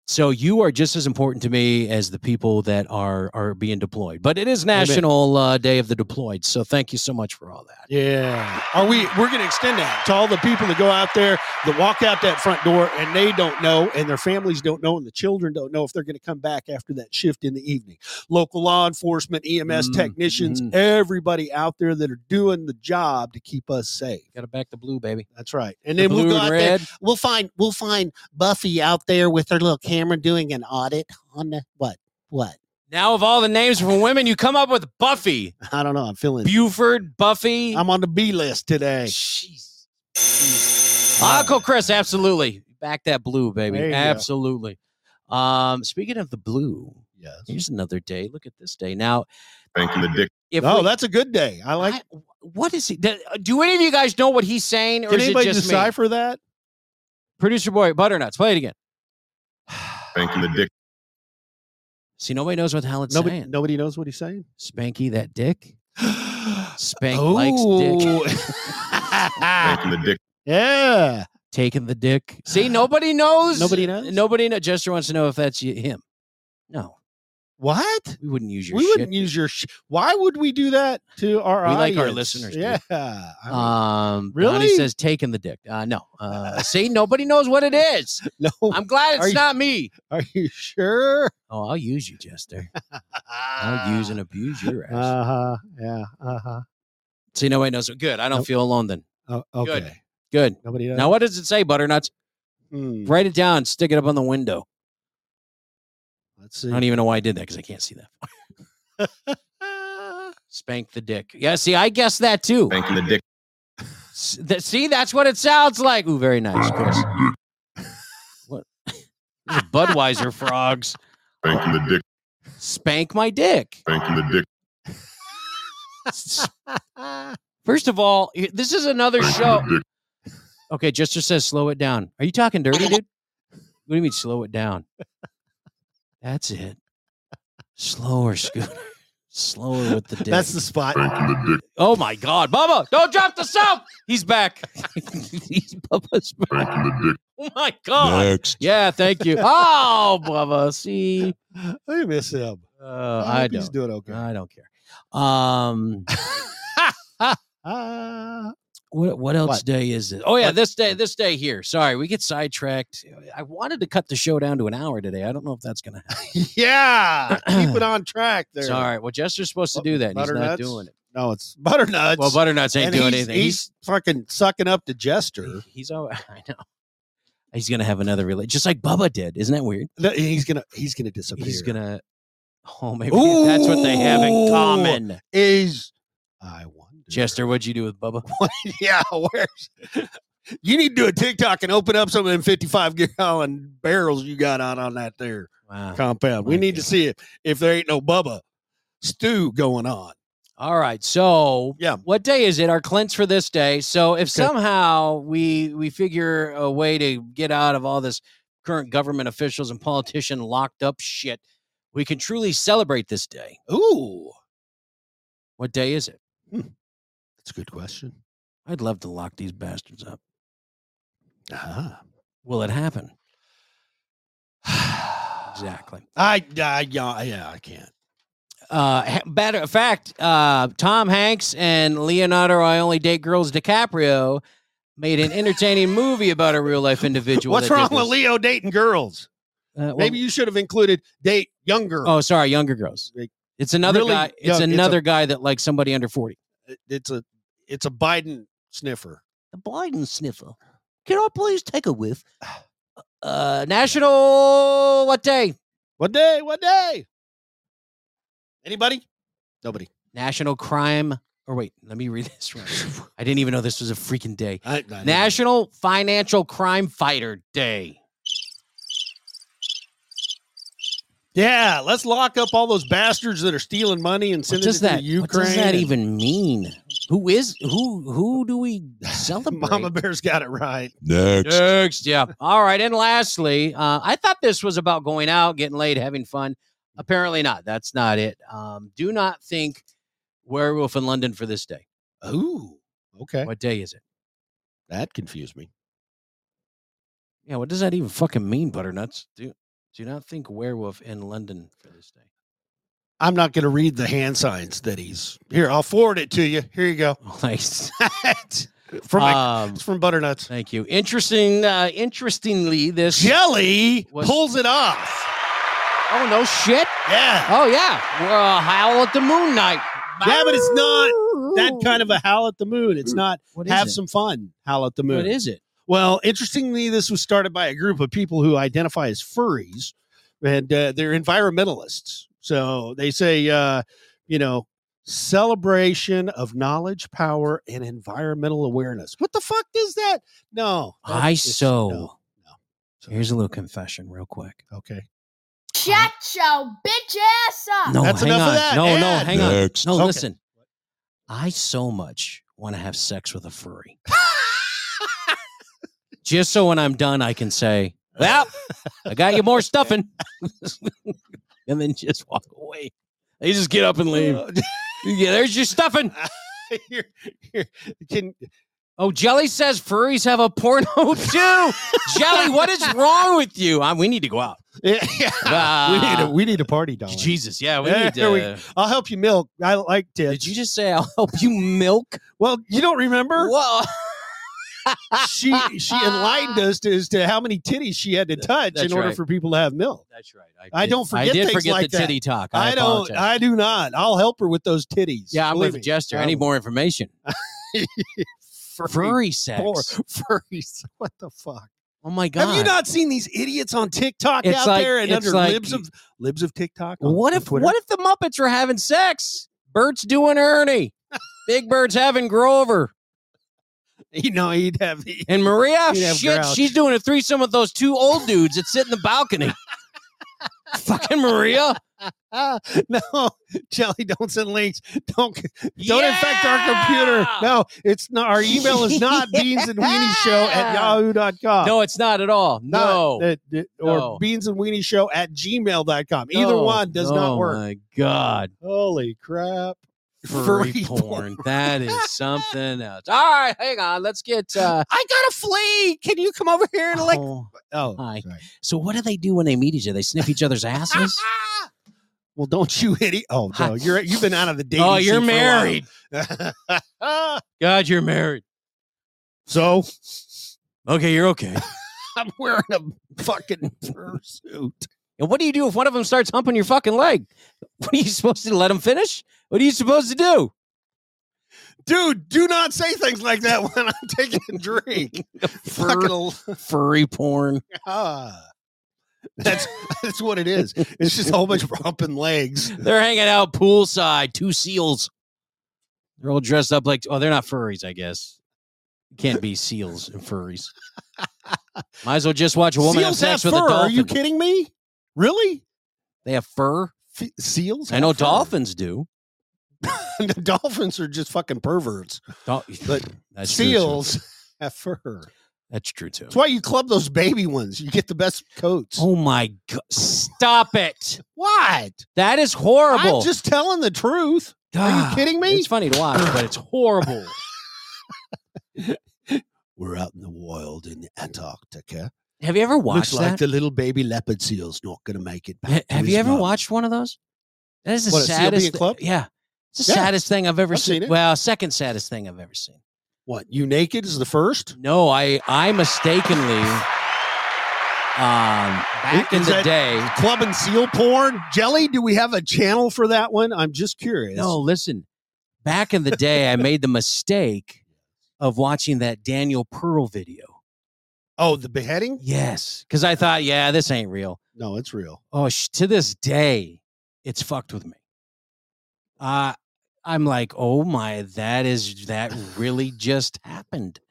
So you are just as important to me as the people that are are being deployed. But it is National uh, Day of the Deployed, so thank you so much for all that.
Yeah. Are we we're gonna extend that to all the people that go out there that walk out that front door and they don't know and their families don't know and the children don't know if they're gonna come back after that shift in the evening. Local law enforcement, EMS
Mm,
technicians,
mhm.
everybody out there that are doing the job to keep us safe.
Got to back the blue, baby.
That's right. And
The
then we'll
blue
go
and
out there.
red.
We'll find we'll find Buffy out there with her little camera doing an audit on the what? What?
Now, of all the names from women, you come up with Buffy,
I don't know. I'm feeling
Buford, Buffy.
I'm on the B list today.
Jeez. Uncle Chris, absolutely. Back that blue, baby.
There you go.
Absolutely. Um, speaking of the blue,
Yes.
here's another day. Look at this day. Now,
Thank you, the dick.
if
Oh,
we-
that's a good day. I like
I- what is he? Do, do any of you guys know what he's saying, or
Can
is it
anybody
just me?
decipher that?
Producer boy, butternuts. Play it again.
Thank you, the dick.
See, nobody knows what the hell it's
Nobody,
saying.
nobody knows what he's saying.
Spanky that dick. Spank likes dick.
likes
Thank you, the dick.
yeah.
Taking the dick. See, nobody knows.
Nobody knows?
Nobody knows. Jester wants to know if that's you, him. No,
What?
we wouldn't use your
we
shit.
wouldn't use your. Sh- Why would we do that to our?
We like our
audience?
listeners, dude.
Yeah. I mean,
Um, Donnie
Really?
says taking the dick. Uh, no. Uh, see, nobody knows what it is.
no.
I'm glad
Are
it's
you-
not me.
Are you sure?
Oh, I'll use you, Jester. I'll use and abuse your ass.
Uh huh. Yeah. Uh huh.
see, nobody knows. Good. I don't
Nope.
feel alone then.
Oh,
Good.
okay.
Good.
Nobody knows.
Now, what does it say, Butternuts?
Hmm,
Write it down. Stick it up on the window.
Let's
I
see.
don't even know why I did that because I can't see that.
Ah,
Spank the dick. Yeah, see, I guess that too.
Thank you, the dick.
S- th- see, that's what it sounds like. Ooh, very nice, Chris. what? These are Budweiser frogs.
Thank you, the dick.
Spank my dick.
Thank you, the dick.
First of all, i- this is another
Thank you,
show.
the dick.
Okay, Jester says slow it down. Are you talking dirty, dude? What do you mean slow it down? That's it. Slower, Scooter. Slower with the dick.
That's the spot.
Thanking the dick.
oh my God, Bubba! Don't drop the soap. He's back. He's Bubba's back.
Thanking the dick.
Oh my God.
Next.
Yeah, thank you. Oh, Bubba. See,
I miss him.
uh,
hope
I
He's
don't.
doing okay.
I don't care. Um,
Ah,
what what else
What?
day is it? Oh yeah,
What?
this day. This day here. Sorry, we get sidetracked. I wanted to cut the show down to an hour today. I don't know if that's gonna happen.
yeah. Keep it on track there.
Sorry. Well, Jester's supposed to do that. and He's not
Butternuts?
doing it.
No, it's butternuts.
Well, Butternuts ain't
And
doing
he's,
anything.
He's,
He's
fucking sucking up to Jester.
He's all I know. He's gonna have another relate, just like Bubba did. Isn't that weird?
No, He's gonna he's gonna disappear.
He's gonna. Oh, maybe that's what they have in
Ooh.
common.
is I wonder.
Jester, what'd you do with Bubba?
yeah, where's you need to do a TikTok and open up some of them 55 gallon barrels you got out on that there
Wow.
compound. We
Oh my
need to
God.
see if, if there ain't no Bubba stew going on.
All right. So
Yeah.
what day is it? Our cleanse for this day. So if somehow we we figure a way to get out of all this current government officials and politician locked up shit, we can truly celebrate this day.
Ooh,
What day is it?
that's a good question.
I'd love to lock these bastards up.
uh
Will it happen? Exactly.
I, I yeah, yeah, I can't.
Uh, ha- matter of fact, uh, Tom Hanks and Leonardo I Only Date Girls DiCaprio made an entertaining movie about a real life individual.
What's
that did
wrong with
this.
Leo dating girls?
Uh, well,
Maybe you should have included date young girls.
Oh, sorry, younger girls.
Like,
It's another
really
guy. It's
young- it's a-
another guy that likes somebody under forty.
It- It's a it's a Biden sniffer.
The Biden sniffer. Can I please take a whiff? Uh, national what day?
What day? What day? Anybody? Nobody.
National crime. Or wait, let me read this. Right. I didn't even know this was a freaking day.
I, I didn't-
National Financial Crime Fighter Day.
Yeah, let's lock up all those bastards that are stealing money and
What
sending
does
it to
that?
the Ukraine.
What does that
and-
even mean? Who is who? Who do we celebrate?
Mama Bear's got it right.
Next.
Next, yeah. All right, and lastly, uh, I thought this was about going out, getting laid, having fun. Apparently not. That's not it. Um, do not think werewolf in London for this day.
Ooh, okay.
What day is it?
That confused me.
Yeah, what does that even fucking mean, butternuts? Do do not think werewolf in London for this day.
I'm not going to read the hand signs that he's here. I'll forward it to you. Here you go.
Nice.
from my,
Um,
it's from Butternuts.
thank you. Interesting. Uh, interestingly, this.
Jelly
What-
pulls it off.
Oh no, shit.
Yeah.
Oh yeah, we're a howl at the moon night.
Yeah, but it's not that kind of a howl at the moon. It's not
Mm. What is
have
it?
some fun howl at the moon.
What is it?
Well, interestingly, this was started by a group of people who identify as furries, and uh, they're environmentalists. So they say, uh, you know, celebration of knowledge, power, and environmental awareness. What the fuck is that? No, that
I
is-
so.
no.
Here's a little confession, real quick.
Okay,
Shut your bitch ass up.
No,
Ah, That's
hang
enough of
on.
that.
No, no,
Ed.
hang on.
Next.
No,
Okay.
listen. I so much want to have sex with a furry. Just so when I'm done, I can say, "Well, I got you more stuffing," and then just walk away. They just get up and leave.
Uh,
yeah, there's your stuffing.
Here- here, can-
Oh, Jelly says furries have a porno too. Jelly, what is wrong with you? Uh, we need to go out.
yeah, we need a
Ah.
we need a party doll.
Jesus, yeah, we
There
need to.
we- I'll help you milk. I like to.
Did you just say I'll help you milk?
Well, you don't remember?
Whoa.
she she enlightened us to, as to how many titties she had to touch
that's
in order
right.
for people to have milk.
That's right.
I don't
I
forget
did
things
forget
like
the
that.
titty talk. I,
I, don't.
apologize.
I do not. I'll help her with those titties.
yeah, I'm
Believe
with
me.
Jester. I need
Um,
more information.
furry,
Furry sex.
por- furries. What the fuck?
Oh my god.
Have you not seen these idiots on TikTok
It's
out
like-
there and
it's
under
like-
libs of libs of TikTok? on-
What
on
if
Twitter?
what if the Muppets are having sex? Bert's doing Ernie. Big Bird's having Grover.
you know he'd have he-
And Maria,
You'd have
shit,
grouch.
she's doing a threesome with those two old dudes that sit in the balcony. Fucking Maria.
Ah, no, Jelly, don't send links. Don't don't infect our computer. No, it's not. Our email is not beans and weenie show at yahoo.com.
No, it's not at all. No.
Not that- that- or
No.
beans and weenie show at gmail.com. Either
No.
one does
Oh
not work.
my God.
Holy crap.
Furry,
Furry
porn. That is something else. All right, hang on. Let's get uh
I got a flea. Can you come over here and like?
oh,
Oh,
hi.
sorry.
So what do they do when they meet each other? They sniff each other's asses?
Well, don't you idiot! Oh
Hi.
no, you're you've been out of the dating.
oh, you're
scene for a while.
married. God, you're married.
so
Okay, you're okay.
I'm wearing a fucking fursuit.
And what do you do if one of them starts humping your fucking leg? What are you supposed to let them finish? What are you supposed to do?
Dude, do not say things like that when I'm taking a drink. fucking l-
Furry porn.
ah. That's that's what it is. It's just a whole bunch of humping legs.
They're hanging out poolside. Two seals. They're all dressed up like. Oh, they're not furries, I guess. Can't be seals and furries. Might as well just watch a woman
seals
have sex
have
with
fur.
a dolphin.
Are you kidding me? Really?
they have fur.
F- seals?
I know
have fur?
dolphins do.
dolphins are just fucking perverts.
Dol-
But
That's true, too.
seals have fur.
That's true too.
That's why you club those baby ones. You get the best coats.
Oh my god! Stop it.
What?
That is horrible. Ah,
I'm just telling the truth. Are you kidding me?
It's funny to watch, but it's horrible.
We're out in the wild in Antarctica.
Have you ever watched
Looks like
that?
the little baby leopard seal's not going to make it back.
Ha-
to
Have
his
you ever
mom.
watched one of those? That is the
What, a seal being
saddest. thi-
clubbed?
yeah, it's the
Yeah.
saddest thing I've ever
I've
seen.
seen it.
Well, second saddest thing I've ever seen.
What? You naked is the first?
No, I I mistakenly, um, back
Is
in the
that-
day.
Club and seal porn? Jelly, do we have a channel for that one? I'm just curious.
No, listen. Back in the day, I made the mistake of watching that Daniel Pearl video.
Oh, the beheading?
Yes, because I thought, yeah, this ain't real.
No, it's real.
Oh, sh- to this day, it's fucked with me. Uh, I'm like, oh my, that is that really just happened.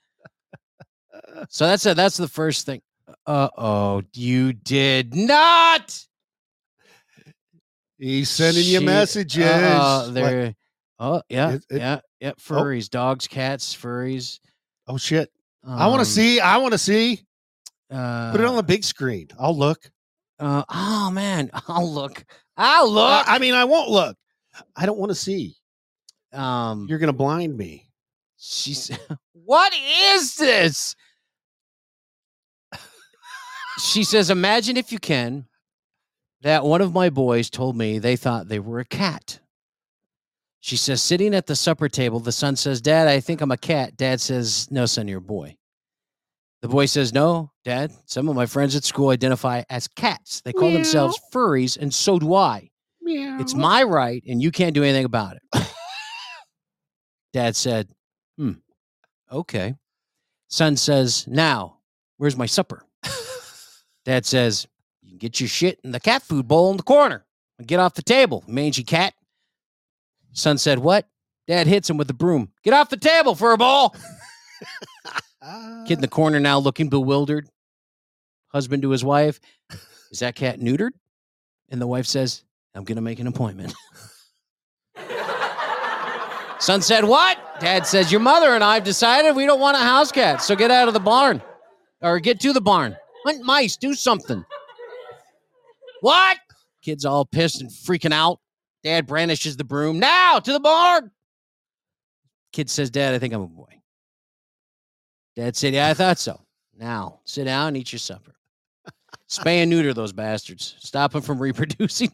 So that's it. That's the first thing. Uh oh, you did not.
He's sending you
She-
messages.
uh-oh,
Like-
there. oh yeah,
It- Oh. it-
yeah, yeah. Furries, dogs, cats, furries.
oh shit. I want
um,
to see. I want to see.
Uh,
Put it on the big screen. I'll look.
Uh, oh man, I'll look. I'll
Uh,
look.
I mean, I won't look. I don't want to see.
um,
You're gonna blind me.
She said, What is this? She says, Imagine if you can that one of my boys told me they thought they were a cat. She says, Sitting at the supper table, the son says, Dad, I think I'm a cat. Dad says, No, son, you're a boy. The boy says, No, Dad, some of my friends at school identify as cats. They call themselves furries, and so do I. It's my right, and you can't do anything about it. Dad said, Hmm, okay. Son says, Now, where's my supper? Dad says, You can get your shit in the cat food bowl in the corner and get off the table, mangy cat. Son said, What? Dad hits him with the broom. Get off the table for a ball. Kid in the corner now looking bewildered. Husband to his wife, Is that cat neutered? And the wife says, I'm going to make an appointment. Son said, What? Dad says, Your mother and I have decided we don't want a house cat, so get out of the barn or get to the barn. Hunt mice, do something. What? Kids all pissed and freaking out. Dad brandishes the broom. Now to the barn. Kid says, Dad, I think I'm a boy. Dad said, Yeah, I thought so. Now sit down and eat your supper. Spay and neuter those bastards. Stop them from reproducing.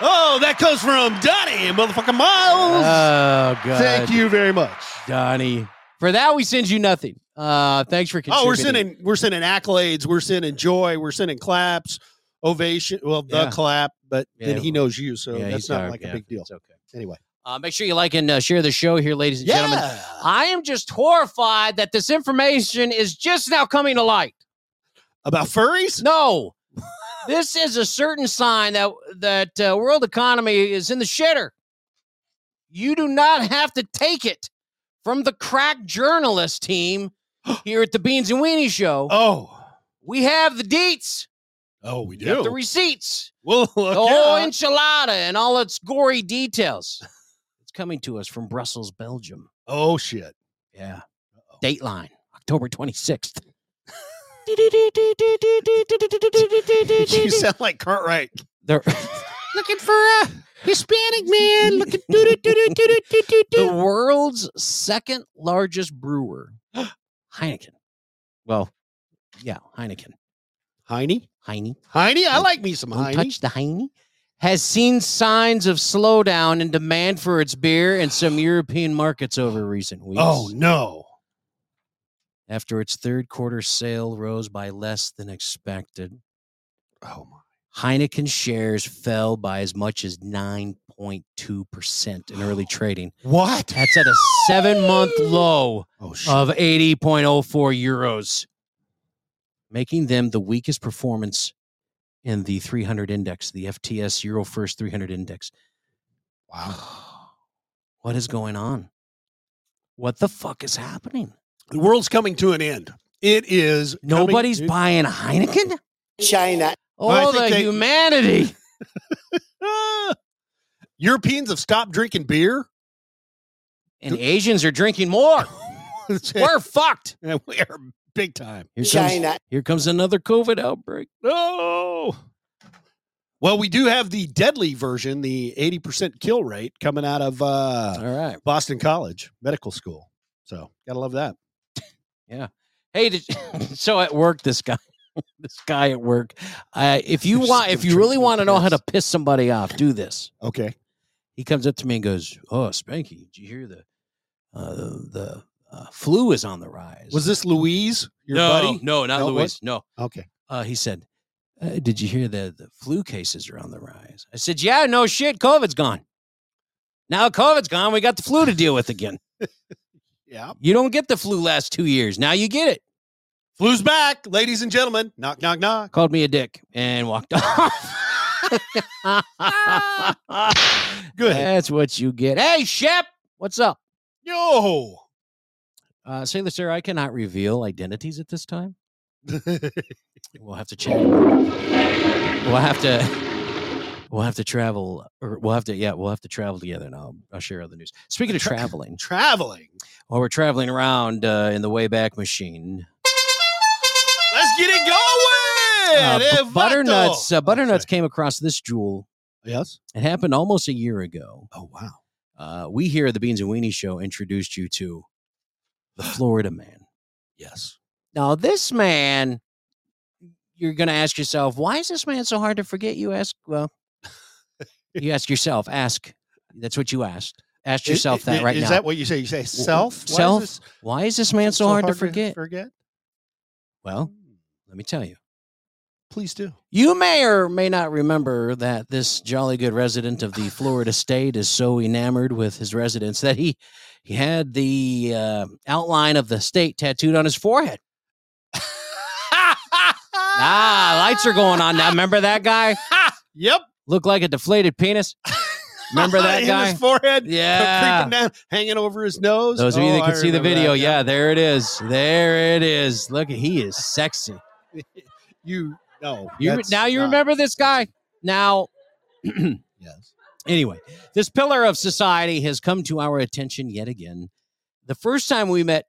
Oh, that comes from Donnie, motherfucking Miles.
Uh, God.
Thank you very much.
Donnie. For that, we send you nothing. Uh, thanks for
Oh,
contributing.
we're sending we're sending accolades. We're sending joy. We're sending claps, ovation. Well, the
Yeah.
clap, but then
Yeah.
he knows you, so
Yeah,
that's
he's
not
tired.
like
Yeah,
a big deal.
It's okay.
Anyway,
Uh, make sure you like and uh, share the show here, ladies and gentlemen. I am just horrified that this information is just now coming to light.
about furries.
No, this is a certain sign that that uh, world economy is in the shitter. You do not have to take it from the crack journalist team here at the Beans and Weenie Show.
Oh,
We have the deets.
Oh, we
Get the receipts,
Well,
the whole enchilada, and all its gory details. It's coming to us from Brussels, Belgium.
oh shit.
Yeah. Dateline, October 26th.
You sound like Cartwright.
They're looking for a Hispanic man. Looking the world's second largest brewer, Heineken. Well, yeah, Heineken.
Heine?
Heine.
Heine? I like me some
Don't
Heine.
touch the Heine. Has seen signs of slowdown in demand for its beer in some European markets over recent weeks.
Oh no.
After its third quarter sale rose by less than expected,
Oh my.
Heineken shares fell by as much as 9.2% in early trading.
What?
That's at a seven month low
Oh shit.
of 80.04 euros, making them the weakest performance in the 300 index, the FTS Euro First 300 index. Wow. What is going on? What the fuck is happening?
the world's coming to an end. It is coming
Nobody's
to-
buying Heineken?
China.
I
Oh,
think
the
they-
humanity.
Ah! Europeans have stopped drinking beer.
And Asians are drinking more. We're fucked.
And we are big time.
Here comes, here comes another COVID outbreak.
No. Well, we do have the deadly version, the 80% kill rate coming out of uh,
All right.
Boston College Medical School. So, gotta love that.
Hey, did, so at work, this guy, this guy at work, uh, if you
Just
want,
gonna
if you
drink
really
more
want to know how to
piss.
piss somebody off, do this.
Okay.
He comes up to me and goes, "Oh, Spanky, did you hear the uh, the uh, flu is on the rise?"
Was this Louise, your
no,
buddy?
no, not
No, what?
Louis. No,
Okay.
uh, he said, uh, "Did you hear the the flu cases are on the rise?" I said, "Yeah, no shit, COVID's gone. Now COVID's gone, we got the flu to deal with again.
Yeah.
You don't get the flu last two years. Now you get it."
Flu's back, ladies and gentlemen. Knock, knock, knock.
called me a dick and walked off.
Good.
That's what you get. Hey, Shep, what's up?
Yo.
Uh, Sailor Sir, I cannot reveal identities at this time. We'll have to check. We'll have to. We'll have to travel, or we'll have to. Yeah, we'll have to travel together, and I'll, I'll share other news. Speaking of
Tra-
traveling,
Traveling.
while we're traveling around uh, in the Wayback Machine,
Let's get it going.
uh,
Eh,
Bu-
vato.
butternuts. Uh,
Okay.
butternuts came across this jewel.
Yes.
It happened almost a year ago.
Oh, wow.
uh, we here at the Beans and Weenie Show introduced you to the Florida man.
Yes.
Now, this man, you're going to ask yourself, why is this man so hard to forget? You ask, well, you ask yourself, ask. That's what you asked. Ask yourself
Is-
that right
is
now.
that what you say? You say self? Why is
self?
this
why is this man so, hard, to forget?
Forget?
well, let me tell you.
Please do.
You may or may not remember that this jolly good resident of the Florida state is so enamored with his residence that he he had the uh, outline of the state tattooed on his forehead. ah, lights are going on now. Remember that guy?
Yep.
Looked like a deflated penis. Remember that
In
guy?
His forehead. uh,
Yeah.
Creeping down, hanging over his nose.
Those of you
Oh,
that
I
can see the
remember that,
video, yeah, there it is. There it is. Look, he is sexy.
You know.
You
that's
now you
not-
remember this guy? Now
Yes.
Anyway, this pillar of society has come to our attention yet again. The first time we met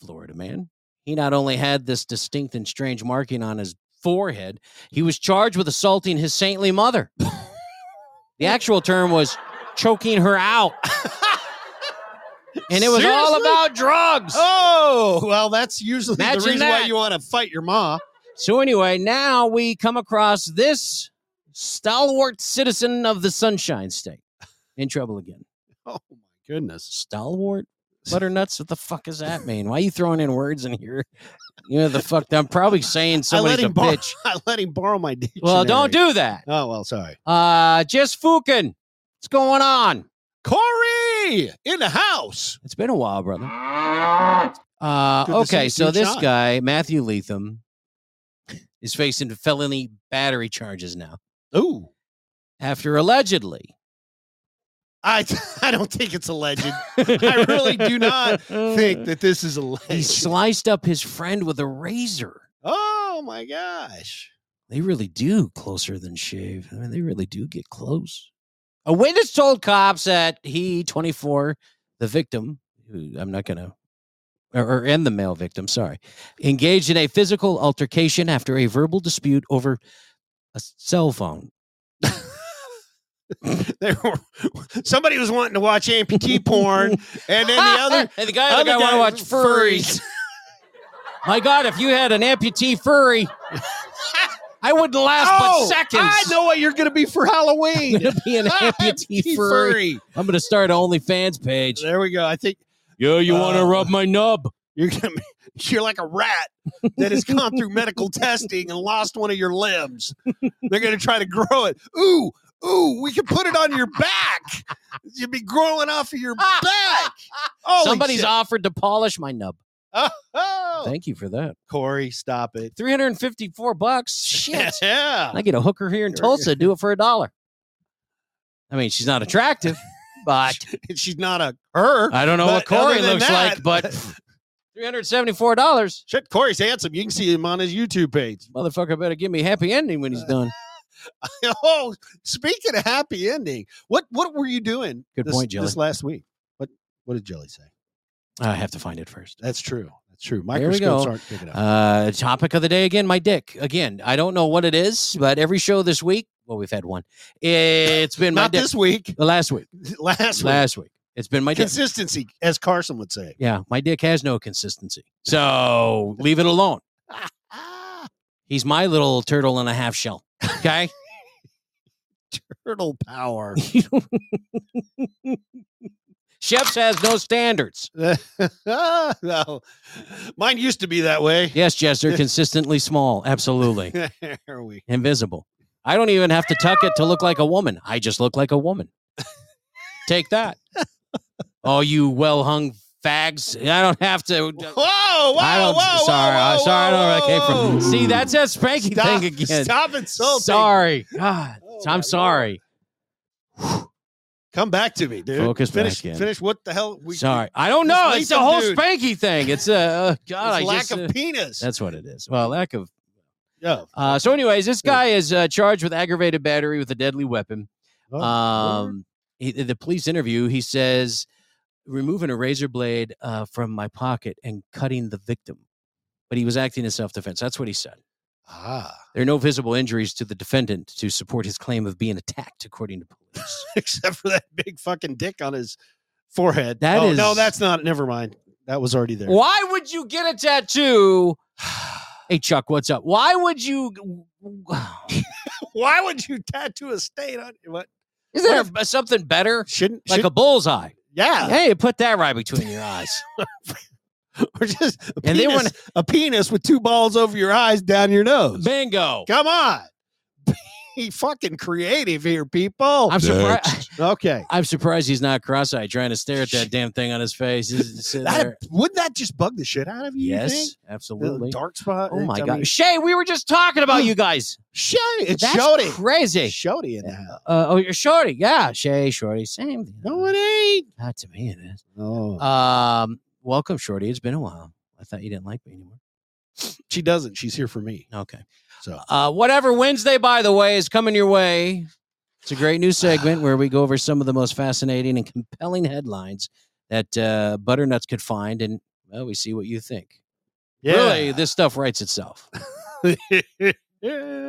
Florida man, he not only had this distinct and strange marking on his forehead, he was charged with assaulting his saintly mother. the actual term was choking her out. and it was all
Seriously?
about drugs.
Oh, well, that's usually
Imagine
the reason
that.
why you want to fight your ma.
So anyway, now we come across this stalwart citizen of the Sunshine State in trouble again.
Oh, my goodness.
stalwart butternuts what the fuck does that mean why are you throwing in words in here you know the fuck i'm probably saying
I
somebody's
let
a
him borrow,
bitch
I let him borrow my dictionary.
well don't do that
Oh, well, sorry.
uh just fukin what's going on
Corey in the house.
it's been a while brother uh
Good to see
okay
you,
so
dude,
this
Sean.
guy matthew Leatham, is facing felony battery charges now
Ooh.
after allegedly
I, I don't think it's a legend. I really do not think that this is a
he
legend.
sliced up his friend with a razor
Oh my gosh.
They really do closer than shave. I mean, they really do get close. A witness told cops that he, 24, the victim, who I'm not going to, or, or and the male victim, sorry, engaged in a physical altercation after a verbal dispute over a cell phone.
They were, somebody was wanting to watch amputee porn, and then the other
and the guy, the
other
guy,
guy
want to watch furries.
furries.
My God, if you had an amputee furry, I wouldn't last
Oh,
but seconds. Ah,
I know what you're going to be for
I'm
Halloween.
gonna be an amputee furry. I'm gonna start an OnlyFans page.
There we go. I think
Yo, you
Uh,
my nub?
you're gonna be, you're like a rat that has gone through medical testing and lost one of your limbs. They're gonna try to grow it. Ooh, ooh, we can put it on your back. You'd be growing off of your back. Holy
Somebody's
shit.
offered to polish my nub.
Oh,
Thank you for that.
Corey, stop it.
354 bucks. Shit.
Yeah.
I get a hooker here in Tulsa, do it for a dollar. I mean, she's not attractive, but
She's not a her.
I don't know what
But other
Corey
than
looks
that-
like, but $374.
Shit, Corey's handsome. You can see him on his YouTube page.
Motherfucker better give me a happy ending when he's done.
oh, speaking of happy ending, what what were you doing?
Good
this,
point, Jelly.
This last week, what what did Jelly say?
I have to find it first.
That's true. That's true.
There we
Microscopes
go.
aren't picking up.
Uh, topic of the day again, my dick. Again, I don't know what it is, but every show this week, well, we've had one. It's been my
Not
dick.
this week.
The last week.
Last week.
Last week. It's been my dick.
Consistency, as Carson would say.
Yeah, my dick has no consistency. So leave it alone.
Ah,
He's my little turtle and a half shell. Okay.
Turtle power.
Chefs has no standards.
no. Mine used to be that way.
Yes, Jester, consistently small. Absolutely.
there we
Invisible. I don't even have to tuck it to look like a woman. I just look like a woman. Take that. All you well hung fags. I don't have to. uh,
Whoa, whoa,
I don't.
whoa,
sorry.
whoa,
I'm
whoa,
sorry. I don't know where I
whoa.
came from. See, that's that spanky
Stop,
thing again.
Stop insulting.
sorry. God.
Oh, my
I'm
Lord.
sorry.
Come back to me, dude.
Focus
finish,
back in.
finish what the hell we
Sorry, I don't
Just
know.
leave
It's the
them,
whole
dude.
Spanky thing. It's a uh,
It's
God. I
lack
just,
of
uh,
penis.
that's what it is. Well, lack of.
Yeah.
Uh, so, anyways, this
Yeah.
guy is uh, charged with aggravated battery with a deadly weapon.
Oh,
Um, he, in the police interview, he says, removing a razor blade uh, from my pocket and cutting the victim, but he was acting in self defense. That's what he said.
ah.
There are no visible injuries to the defendant to support his claim of being attacked, according to police.
Except for that big fucking dick on his forehead.
That
oh, no,
is-
that's not. Never mind. That was already there.
Why would you get a tattoo? Hey Chuck, what's up? Why would you?
Why would you tattoo a stain on what?
Is there b- something better,
Shouldn't
like
should-
a bullseye?
yeah,
Hey, put that right between your eyes.
or just a
And
penis,
they wanna-
a penis with two balls over your eyes down your nose.
Bingo.
Come on, be fucking creative here, people.
I'm surprised.
okay,
I'm surprised he's not cross-eyed trying to stare at that damn thing on his face. He's just sitting
that
there.
wouldn't that just bug the shit out of you? you think?
Yes,
The
absolutely.
dark spot.
Oh my
I mean,
god, Shay, we were just talking about you guys.
Shay, it's
That's
Shody.
crazy.
Shody in the house.
Uh, oh, you're shorty. Yeah, Shay, shorty, same.
No, it ain't.
Not to me, it is.
Oh,
Um, welcome, Shorty. It's been a while. I thought you didn't like me anymore.
she doesn't. She's here for me.
Okay.
So
Uh, whatever Wednesday, by the way, is coming your way. It's a great new segment where we go over some of the most fascinating and compelling headlines that uh, butternuts could find, and well, we see what you think. Really, this stuff writes itself.
yeah.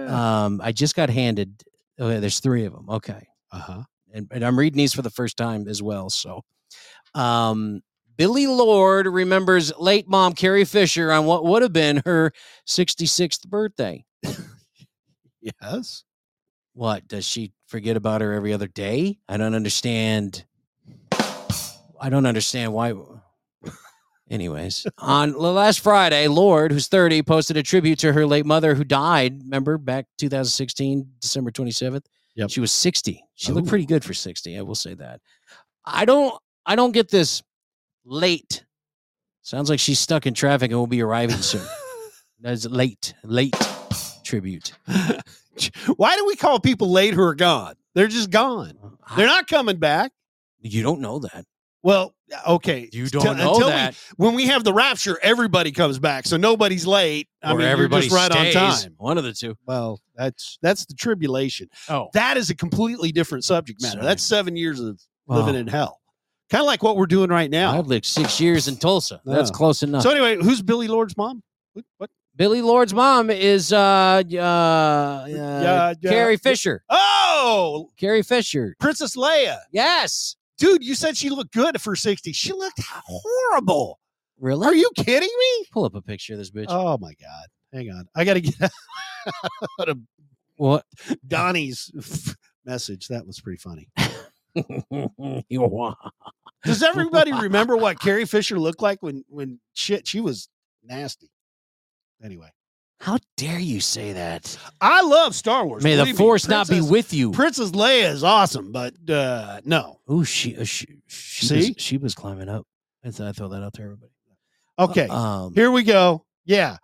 Um, I just got handed. Okay, there's three of them. Okay,
Uh huh.
and, and I'm reading these for the first time as well. So, um, Billy Lord remembers late mom Carrie Fisher on what would have been her 66th birthday.
Yes.
What does she forget about her every other day? I don't understand. I don't understand why. Anyways, on l- last Friday, Lord, who's 30, posted a tribute to her late mother who died, remember, back 2016, December 27th.
Yep.
She was 60. She looked
Ooh.
pretty good for 60, I will say that. I don't I don't get this late. Sounds like she's stuck in traffic and will be arriving soon. That's late, late tribute.
Why do we call people late who are gone? They're just gone. They're not coming back.
You don't know that.
Well, okay.
You
Till-
don't know
until we-
that.
when we have the rapture, everybody comes back, so nobody's late. I
Or
mean,
everybody
you're just right on
stays.
time.
One of the two.
Well, that's that's the tribulation.
Oh,
That is a completely different subject matter.
Sorry.
That's seven years of
Wow.
living in hell, kind of like what we're doing right now.
I've lived six years in Tulsa.
No.
That's close enough.
So anyway, who's Billy Lord's mom? What? what?
Billy Lord's mom is uh, uh, uh,
Yeah, yeah.
Carrie Fisher.
Oh,
Carrie Fisher.
Princess Leia,
Yes.
dude! You said she looked good for sixty. She looked horrible.
Really?
Are you kidding me?
Pull up a picture of this bitch.
Oh my god! Hang on, I got to get out of
what?
Donnie's message. That was pretty funny.
you want?
Does everybody remember what Carrie Fisher looked like when when shit she was nasty? Anyway,
How dare you say that?
I love Star Wars.
May the
Believe me,
force not be
Princess-
with you.
Princess Leia is awesome, but uh no.
Ooh, she, uh, she, she
See?
was, she was climbing up. I th- I throw that out to everybody.
Okay,
Um,
here we go. Yeah,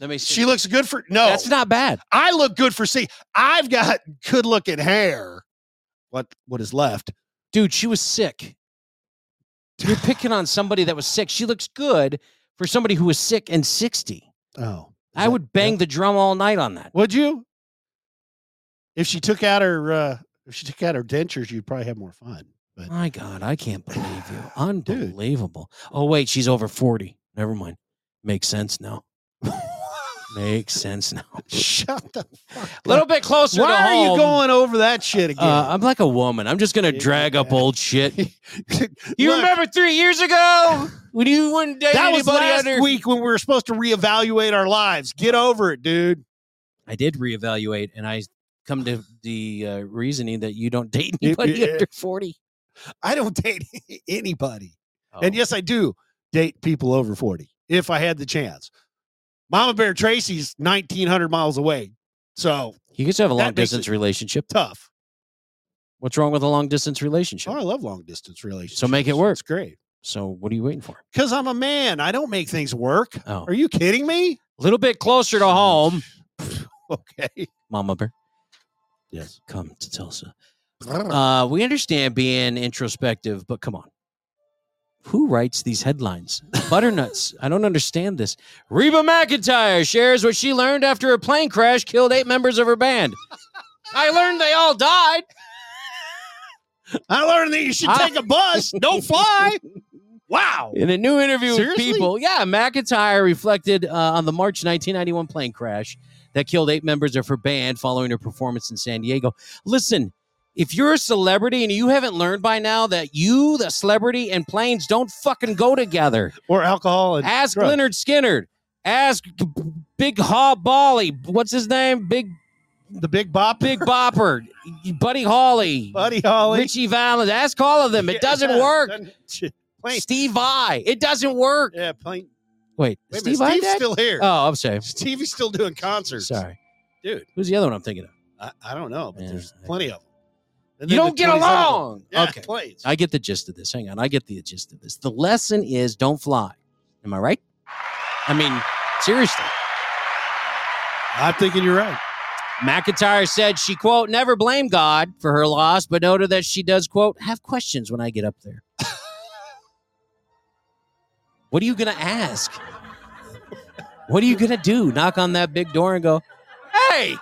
let me see.
she looks good Oh. for no.
That's not bad.
I look good for see. I've got good looking hair. What what is left?
Dude, she was sick. You're picking on somebody that was sick. She looks good for somebody who was sick and 60.
Oh,
I would bang the drum all night on that.
Would you? If she took out her uh if she took out her dentures, you'd probably have more fun. But
My God, I can't believe you. Unbelievable. Oh, wait, she's over 40. Never mind. Makes sense now. Makes sense now.
shut the fuck
A little bit closer
Why
to
are you
home.
going over that shit again?
Uh, I'm like a woman. I'm just gonna
Yeah.
drag up old shit. You
Look,
remember three years ago when you wouldn't date
that was
anybody
last
under?
week when we were supposed to reevaluate our lives. Get over it, dude.
I did reevaluate, and I come to the uh, reasoning that you don't date anybody
yeah.
under forty.
I don't date anybody. Oh,
Oh.
And yes, I do date people over 40 if I had the chance. Mama Bear Tracy's 1900 miles away. So
you guys have a
that
long
makes
distance
it-
relationship.
tough.
What's wrong with a long distance relationship?
Oh, I love long distance relationships.
So make it work.
It's great.
So what are you waiting for?
Because I'm a man. I don't make things work.
Oh,
Are you kidding me?
a little bit closer to home,
Okay.
Mama Bear.
Yes.
Come to Tulsa. Uh, we understand being introspective, but come on. Who writes these headlines? Butternuts. I don't understand this. Reba McIntyre shares what she learned after a plane crash killed eight members of her band. I learned they all died.
I learned that you should
I-
take a bus. Don't fly. Wow.
In a new interview
Seriously?
with People, yeah, McIntyre reflected uh, on the March 1991 plane crash that killed eight members of her band following her performance in San Diego. Listen, if you're a celebrity and you haven't learned by now that you, the celebrity, and planes don't fucking go together,
Or alcohol and
ask
drugs.
Leonard Skinner, ask Big Haw Bally, what's his name? Big
the big bop.
Big Bopper, Buddy Holly,
Buddy Holly.
Richie Valens. Ask all of them. It
Yeah,
doesn't
does.
work.
Doesn't- plane.
Steve Vai, it doesn't work.
Yeah, plane.
Wait,
Wait a
Steve
minute.
Vai?
Steve's
died?
still here.
Oh, I'm sorry.
Stevie's still doing concerts.
Sorry.
Dude.
Who's the other one I'm thinking of?
I, I don't know, but
Yeah,
there's
I-
plenty of them. And
you
then
don't
the
get
27
along.
Yeah,
okay.
planes.
I get the gist of this. Hang on. I get the gist of this. The lesson is don't fly. Am I right? I mean, seriously.
I'm thinking you're right.
McIntyre said she, quote, never blamed God for her loss, but noted that she does, quote, have questions when I get up there. what are you going to ask? What are you going to do? Knock on that big door and go, hey,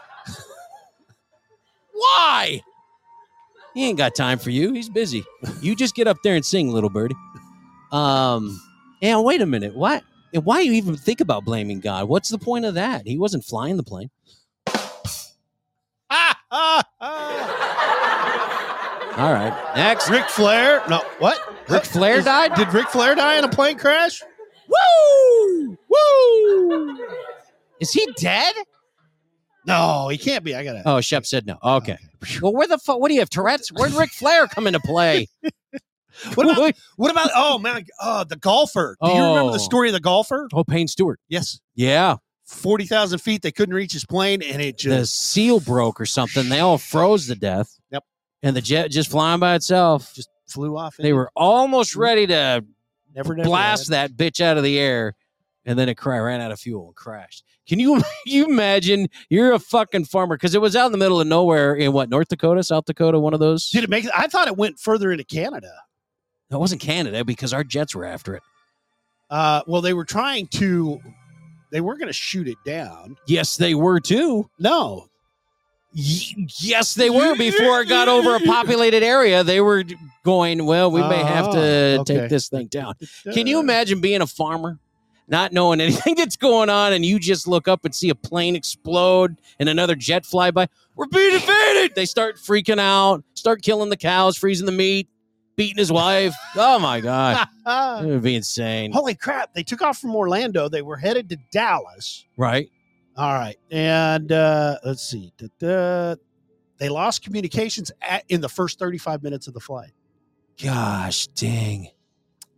why? He ain't got time for you. He's busy. You just get up there and sing, little birdie. Um, and wait a minute. What? And why you even think about blaming God? What's the point of that? He wasn't flying the plane.
Ah, ah, ah.
All right. Next.
Ric Flair. No, what?
Ric Flair
Is-
died?
Did Ric Flair die in a plane crash?
Woo! Woo! Is he dead?
No, he can't be. I gotta.
Oh, Shep said no. Okay. Well, where the fuck? What do you have, Tourette's? Where'd Ric Flair come into play?
What about? What about? Oh man, oh the golfer. Do you remember
Oh.
the story of the golfer?
oh, Payne Stewart.
Yes,
Yeah.
forty thousand feet. They couldn't reach his plane, and it
The
just
seal broke or something. They all froze to death.
Yep.
And the jet just flying by itself.
just flew off.
They were almost ready to
never, never
blast
land.
that bitch out of the air, and then it cra- ran out of fuel and crashed. Can you you imagine? You're a fucking farmer because it was out in the middle of nowhere in what North Dakota, South Dakota, one of those.
Did it make? I thought it went further into Canada.
That wasn't Canada because our Jets were after it.
Uh, well, they were trying to, they weren't going to shoot it down.
Yes, they were too.
No,
Y- yes, they were before it got over a populated area. They were going, well, we may have to
Oh, okay.
take this thing down. Can you imagine being a farmer, not knowing anything that's going on, and you just look up and see a plane explode and another jet fly by? We're being invaded! They start freaking out, start killing the cows, freezing the meat, beating his wife. Oh my god, it
Uh,
would be insane,
holy crap! They took off from Orlando. They were headed to Dallas.
right?
All right, and uh, let's see. Da- da. They lost communications at, in the first 35 minutes of the flight.
Gosh, dang!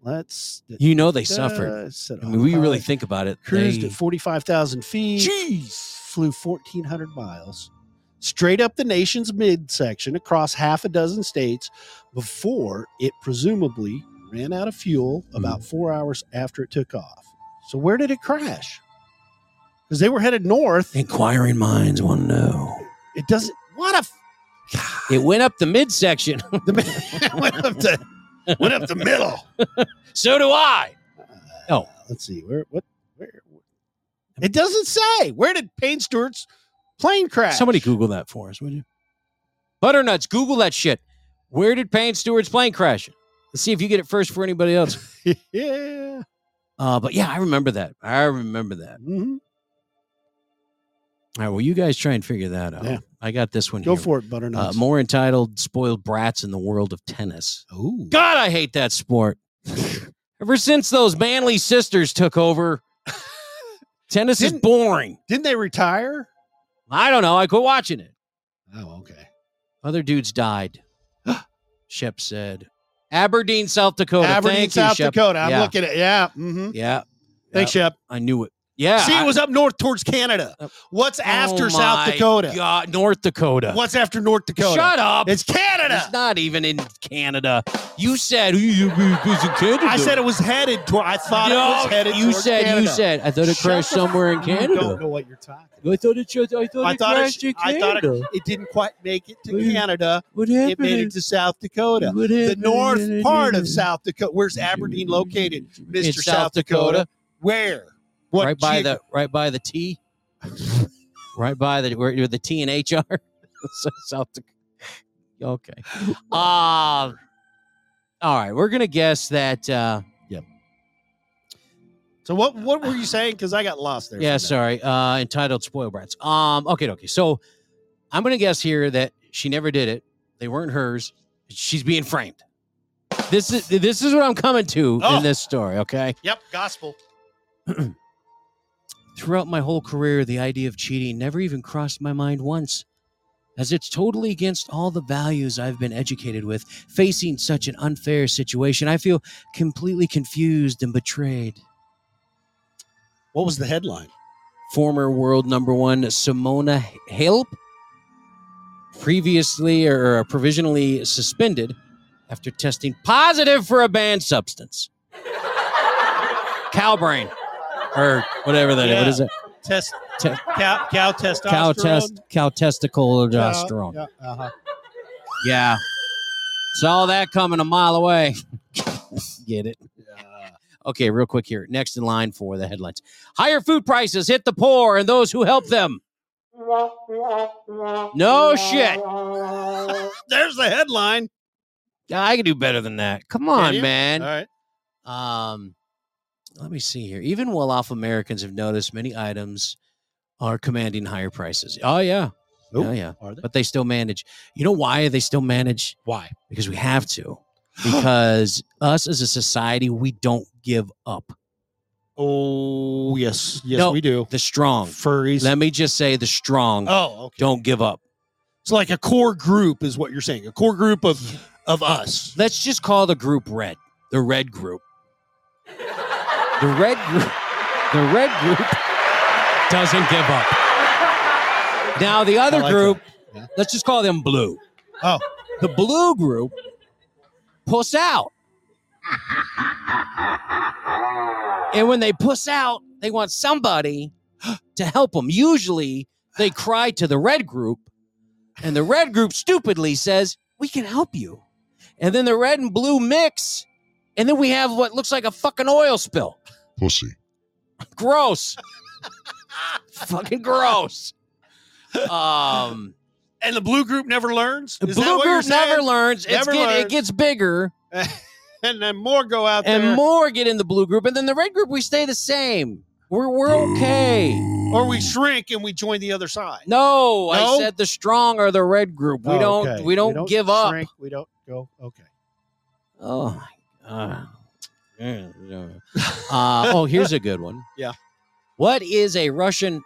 Let's. da-
You know they
da-
suffered.
set
I mean, we
off.
really think about it.
Uh, cruised
they-
at 45,000 feet. Jeez. Flew 1,400 miles straight up the nation's midsection across half a dozen states before it presumably ran out of fuel
Hmm.
about four hours after it took off. So, where did it crash? Because they were headed north.
Inquiring minds want to know.
It doesn't. What if
It went up the midsection.
the man went up the went up the middle?
so do I. Oh.
let's see. Where what? Where? It doesn't say. Where did Payne Stewart's plane crash?
Somebody Google that for us, would you? Butternuts, Google that shit. Where did Payne Stewart's plane crash? Let's see if you get it first for anybody else.
yeah.
Uh, but yeah, I remember that. I remember that.
Mhm.
All right, well, you guys try and figure that out.
Yeah.
I got this one.
Go
here.
for it,
Uh,
butternuts.
more entitled, spoiled brats in the world of tennis.
Ooh.
God, I hate that sport. Ever since those manly sisters took over, tennis is
Didn't-
boring.
Didn't they retire?
I don't know. I quit watching it.
Oh, okay.
Other dudes died. Shep said. Aberdeen, South Dakota.
Aberdeen,
Thank you,
South
Shep.
Dakota. I'm
yeah.
looking at yeah. Mm-hmm.
Yeah,
Thanks, Shep.
I knew it. Yeah.
See,
I-
it was up north towards Canada.
Up-
What's after
Oh
South
my
Dakota?
God, North Dakota.
What's after North Dakota?
Shut up.
It's Canada.
It's not even in Canada. You said "You- you- you- it's in Canada.
I said it was headed toward. I thought it was headed.
You
towards
said you
Canada.
said I thought it
Shut
crashed
the-
somewhere in
You don't
Canada.
know what you're talking. about.
I thought it should- I thought
I
it
thought
crashed
it.
in
I thought
Canada.
it, it didn't quite make it to
Wait.
Canada.
What
It
happened?
made
in-
it to South Dakota.
what
The
happened in-
north part of South Dakota. Where's Aberdeen located, Mister
It's South Dakota.
Where? What
right by
geog-
the right by the T, right by the where, where the T and H are. So South Dakota. Okay. Uh, all right. We're gonna guess that. Uh,
So what what were you saying? Because I got lost there.
yeah,
for a
sorry.
minute.
Uh, entitled spoil brats. Um. Okay. Okay. So I'm gonna guess here that she never did it. They weren't hers. She's being framed. This is this is what I'm coming to
Oh.
in this story. Okay.
Yep, gospel.
Throughout my whole career, the idea of cheating never even crossed my mind once, as it's totally against all the values I've been educated with. Facing such an unfair situation, I feel completely confused and betrayed.
What was the headline?
Former world number one Simona Halep, previously or provisionally suspended after testing positive for a banned substance. Cow brain, or whatever that is. What is it?
Test
Te-
cow cow testosterone. Uh,
cow test cow testicle testosterone.
Yeah, uh-huh.
Yeah. Saw that coming a mile away. Get it. Okay, real quick here. Next in line for the headlines. Higher food prices hit the poor and those who help them. No shit.
There's the headline.
I can do better than that. Come on,
you?
man.
All right.
Um, let me see here. Even well off Americans have noticed many items are commanding higher prices. Oh, yeah.
Nope.
Oh, yeah.
Are they?
But they still manage. You know why they still manage?
Why?
Because we have to. Because us as a society, we don't give up.
Oh yes, yes
No.
we do.
The strong.
Furries.
Let me just say the strong
oh, okay.
don't give up.
It's like a core group is what you're saying. A core group of of us.
Let's just call the group red. The red group. The red group. The red group doesn't give up. Now the other
I like
group,
that. Yeah.
let's just call them blue.
Oh.
The blue group puss out. and when they puss out, they want somebody to help them. Usually they cry to the red group, and the red group stupidly says, We can help you. And then the red and blue mix And then we have what looks like a fucking oil spill.
Pussy.
Gross. fucking gross. Um,
And the blue group never learns.
the
Is that
blue
what you're
group never
saying?
learns. It's
Never
get, It
learns.
gets bigger
And then more go out
and
there,
more get in the blue group, and then the red group we stay the same. We're we're okay.
or
Mm.
we shrink and we join the other side.
No, I
No?
said the strong are the red group. We
Oh,
don't
okay.
we don't give up.
shrink, We don't go. Okay.
Oh my god. Yeah, yeah. Uh, oh, here's a good one.
Yeah.
What is a Russian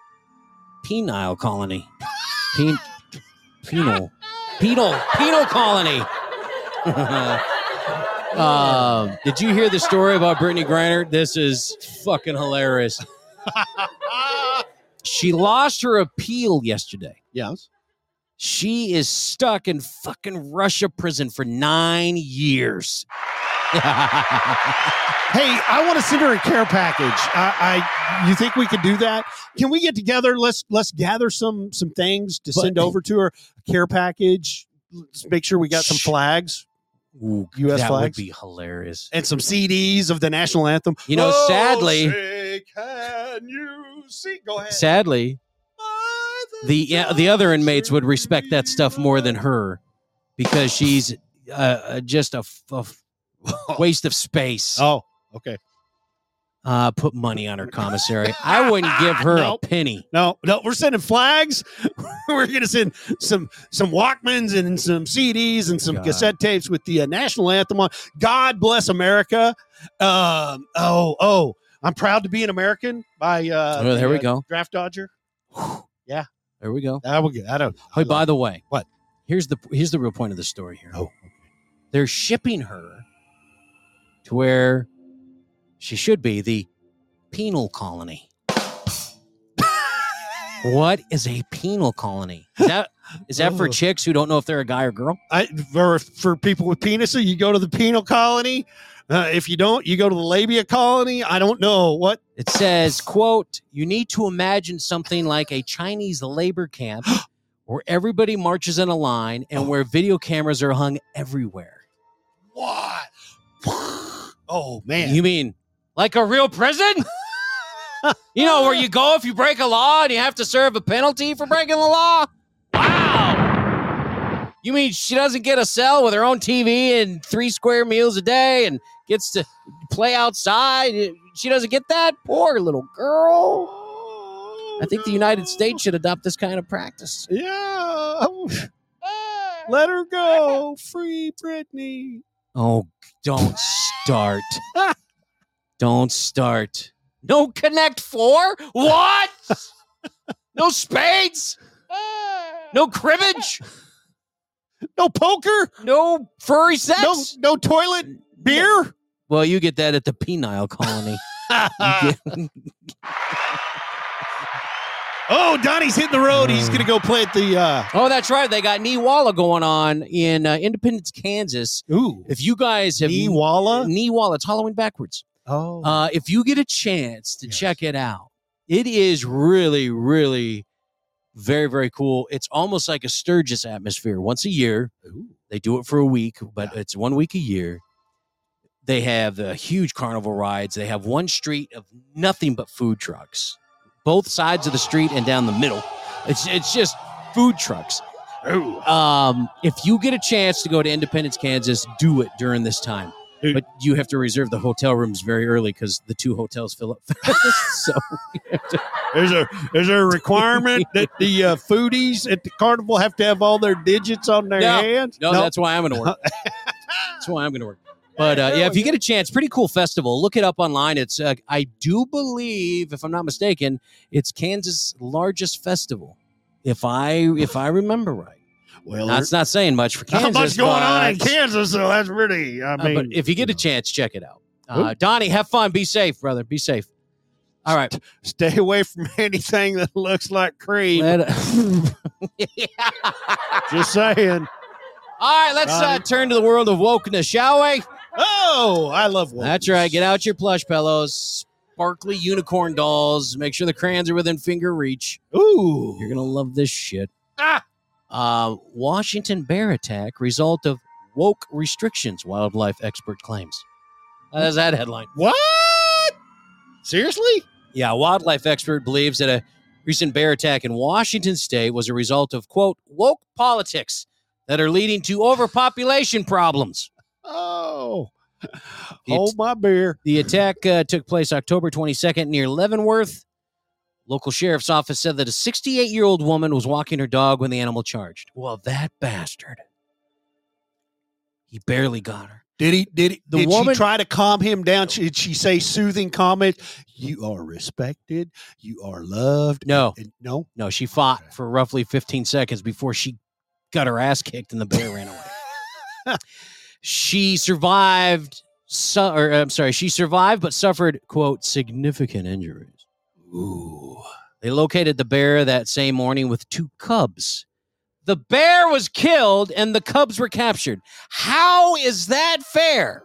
penile colony? Pen- penal. Penal. Penal colony. Um, did you hear the story about Brittany Griner? This is fucking hilarious. She lost her appeal yesterday.
Yes.
She is stuck in fucking Russia prison for nine years.
Hey, I want to send her a care package. I, I, you think we could do that? Can we get together? Let's let's gather some some things to
But-
send over to her. A care package. Let's make sure we got some
Shh.
flags
Ooh,
US
that
flags?
would be hilarious.
and some CDs of the national anthem.
You know,
Oh,
sadly-
say, can you see? Go ahead.
Sadly, the uh, the other inmates would respect that stuff more than her because she's uh, uh, just a, f- a f- waste of space.
Oh, okay.
Uh, put money on her commissary. I wouldn't give her
Nope.
a penny.
No, no, we're sending flags. we're gonna send some some Walkmans and some CDs and some
God.
cassette tapes with the uh, national anthem on. God bless America. Um, oh, oh, I'm proud to be an American. By uh,
Oh, there we
uh,
go.
Draft Dodger.
There we go.
That would get. I don't.
Hey,
I
by the way,
What?
Here's the here's the real point of the story here.
Oh, okay.
they're shipping her to where she should be the penal colony. what is a penal colony? Is that is that for
Ugh.
chicks who don't know if they're a guy or girl?
I, for, for people with penises, you go to the penal colony. Uh, if you don't, you go to the labia colony. I don't know what.
It says, quote, you need to imagine something like a Chinese labor camp where everybody marches in a line
Oh.
and where video cameras are hung everywhere.
What? Oh man.
You mean like a real prison? you know where you go if you break a law and you have to serve a penalty for breaking the law? Wow. You mean she doesn't get a cell with her own TV and three square meals a day and gets to play outside? She doesn't get that? Poor little girl. I think the United States should adopt this kind of practice. Ah.
Yeah. Let her go. Free Britney.
Oh, don't start. don't start. No Connect Four? What? no spades? No cribbage?
No poker.
No furry sex?
No no toilet beer.
Well, you get that at the penile colony. You get-
oh, Donnie's hitting the road. He's gonna go play at the uh
oh, that's right. They got Niwala going on in uh, Independence, Kansas.
Ooh.
If you guys have
Niwala.
Niwala, it's Halloween backwards.
Oh.
Uh, if you get a chance to
Yes.
check it out, it is really, really very, very cool. It's almost like a Sturgis atmosphere. Once a year, they do it for a week, but it's one week a year. They have uh, huge carnival rides. They have one street of nothing but food trucks, both sides of the street and down the middle. It's it's just food trucks. Um, if you get a chance to go to Independence, Kansas, do it during this time.
Dude.
But you have to reserve the hotel rooms very early because the two hotels fill up. so
There's a there's a requirement that the uh, foodies at the carnival have to have all their digits on their
No.
hands.
no, that's why I'm going to work. that's why I'm going to work. But uh, yeah, if you get a chance, pretty cool festival. Look it up online. It's uh, I do believe, if I'm not mistaken, it's Kansas' largest festival. If I if I remember right,
well,
that's not saying much for
there's
Kansas.
not much going on in
but-
Kansas, so that's pretty. I
Uh,
mean,
but if you get a
know.
chance, check it out. Uh, Donnie, have fun. Be safe, brother. Be safe. All right.
stay away from anything that looks like cream.
Let-
Just saying.
All right, let's uh,
Donnie.
turn to the world of wokeness, shall we?
Oh, I love one.
That's right. Get out your plush pillows, sparkly unicorn dolls. Make sure the crayons are within finger reach.
Ooh.
You're gonna love this shit.
Ah.
Uh, Washington bear attack result of woke restrictions. Wildlife expert claims. That's that headline.
What? Seriously?
Yeah, a wildlife expert believes that a recent bear attack in Washington state was a result of, quote, woke politics that are leading to overpopulation problems.
Oh.
It's-
Hold my beer.
The attack uh, took place October 22nd near Leavenworth. Local sheriff's office said that a 68 year old woman was walking her dog when the animal charged. Well, that bastard. He barely got her.
Did he? Did he,
The
did
woman-
she try to calm him down? She- Did she say soothing comments? You are respected. You are loved.
No,
And no.
no, she fought for roughly 15 seconds before she got her ass kicked and the bear ran away. she survived, su- or I'm sorry, she survived but suffered, quote, significant injuries.
Ooh.
They located the bear that same morning with two cubs. The bear was killed and the cubs were captured. How is that fair?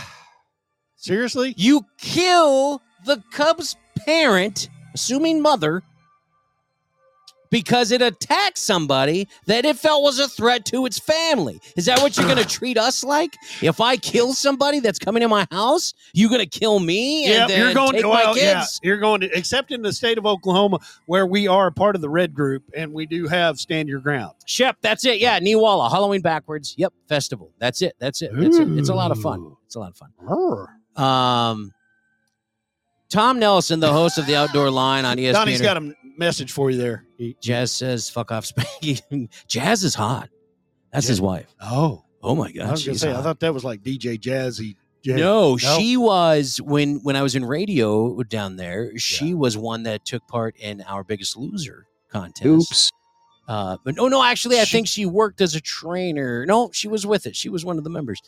Seriously?
You kill the cub's parent, assuming mother, because it attacked somebody that it felt was a threat to its family. Is that what you're going to treat us like? If I kill somebody that's coming in my house, you're going to kill me and then take my
well,
kids?
yeah, you're going to except in the state of Oklahoma where we are a part of the red group and we do have stand your ground.
Shep, that's it. Yeah, Niwala, Halloween backwards. Yep, festival. That's it. That's it. It's a, it's a lot of fun.
Ooh.
It's a lot of fun. Um, Tom Nelson, the host of the Outdoor Line on E ESPN,
Donnie's got a message for you there.
Jazz says, "Fuck off, Spanky." Jazz is hot. That's his wife.
Oh,
Oh my
I
god,
was going to
she's
say, I
hot.
thought that was like DJ Jazzy. Jazz.
no, she was when when I was in radio down there. She was one that took part in our Biggest Loser contest. Uh, but no, no, actually, I
She-
think she worked as a trainer. No, she was with it. She was one of the members,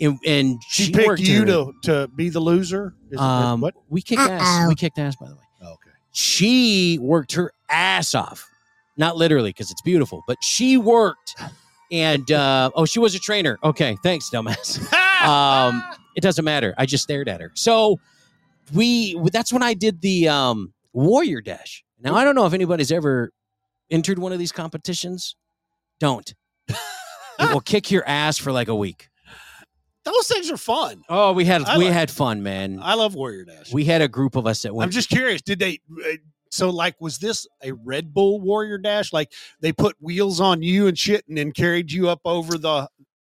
and, and
She,
she,
picked
worked
you
her-
to, to be the loser. Is it-
Um,
what?
we kicked ass. We kicked ass, by the way.
Oh, okay.
She worked her ass off, not literally because it's beautiful, but she worked. And uh, oh, she was a trainer. Okay, thanks, dumbass. um, it doesn't matter. I just stared at her. So we that's when I did the um, warrior dash. Now I don't know if anybody's ever entered one of these competitions. Don't. it will kick your ass for like a week.
Those things are fun.
Oh, we had
I
we
like-
had fun, man.
I love Warrior Dash.
we had a group of us that went.
I'm just curious. Did they? uh, So, like, was this a Red Bull Warrior Dash? Like, they put wheels on you and shit, and then carried you up over the.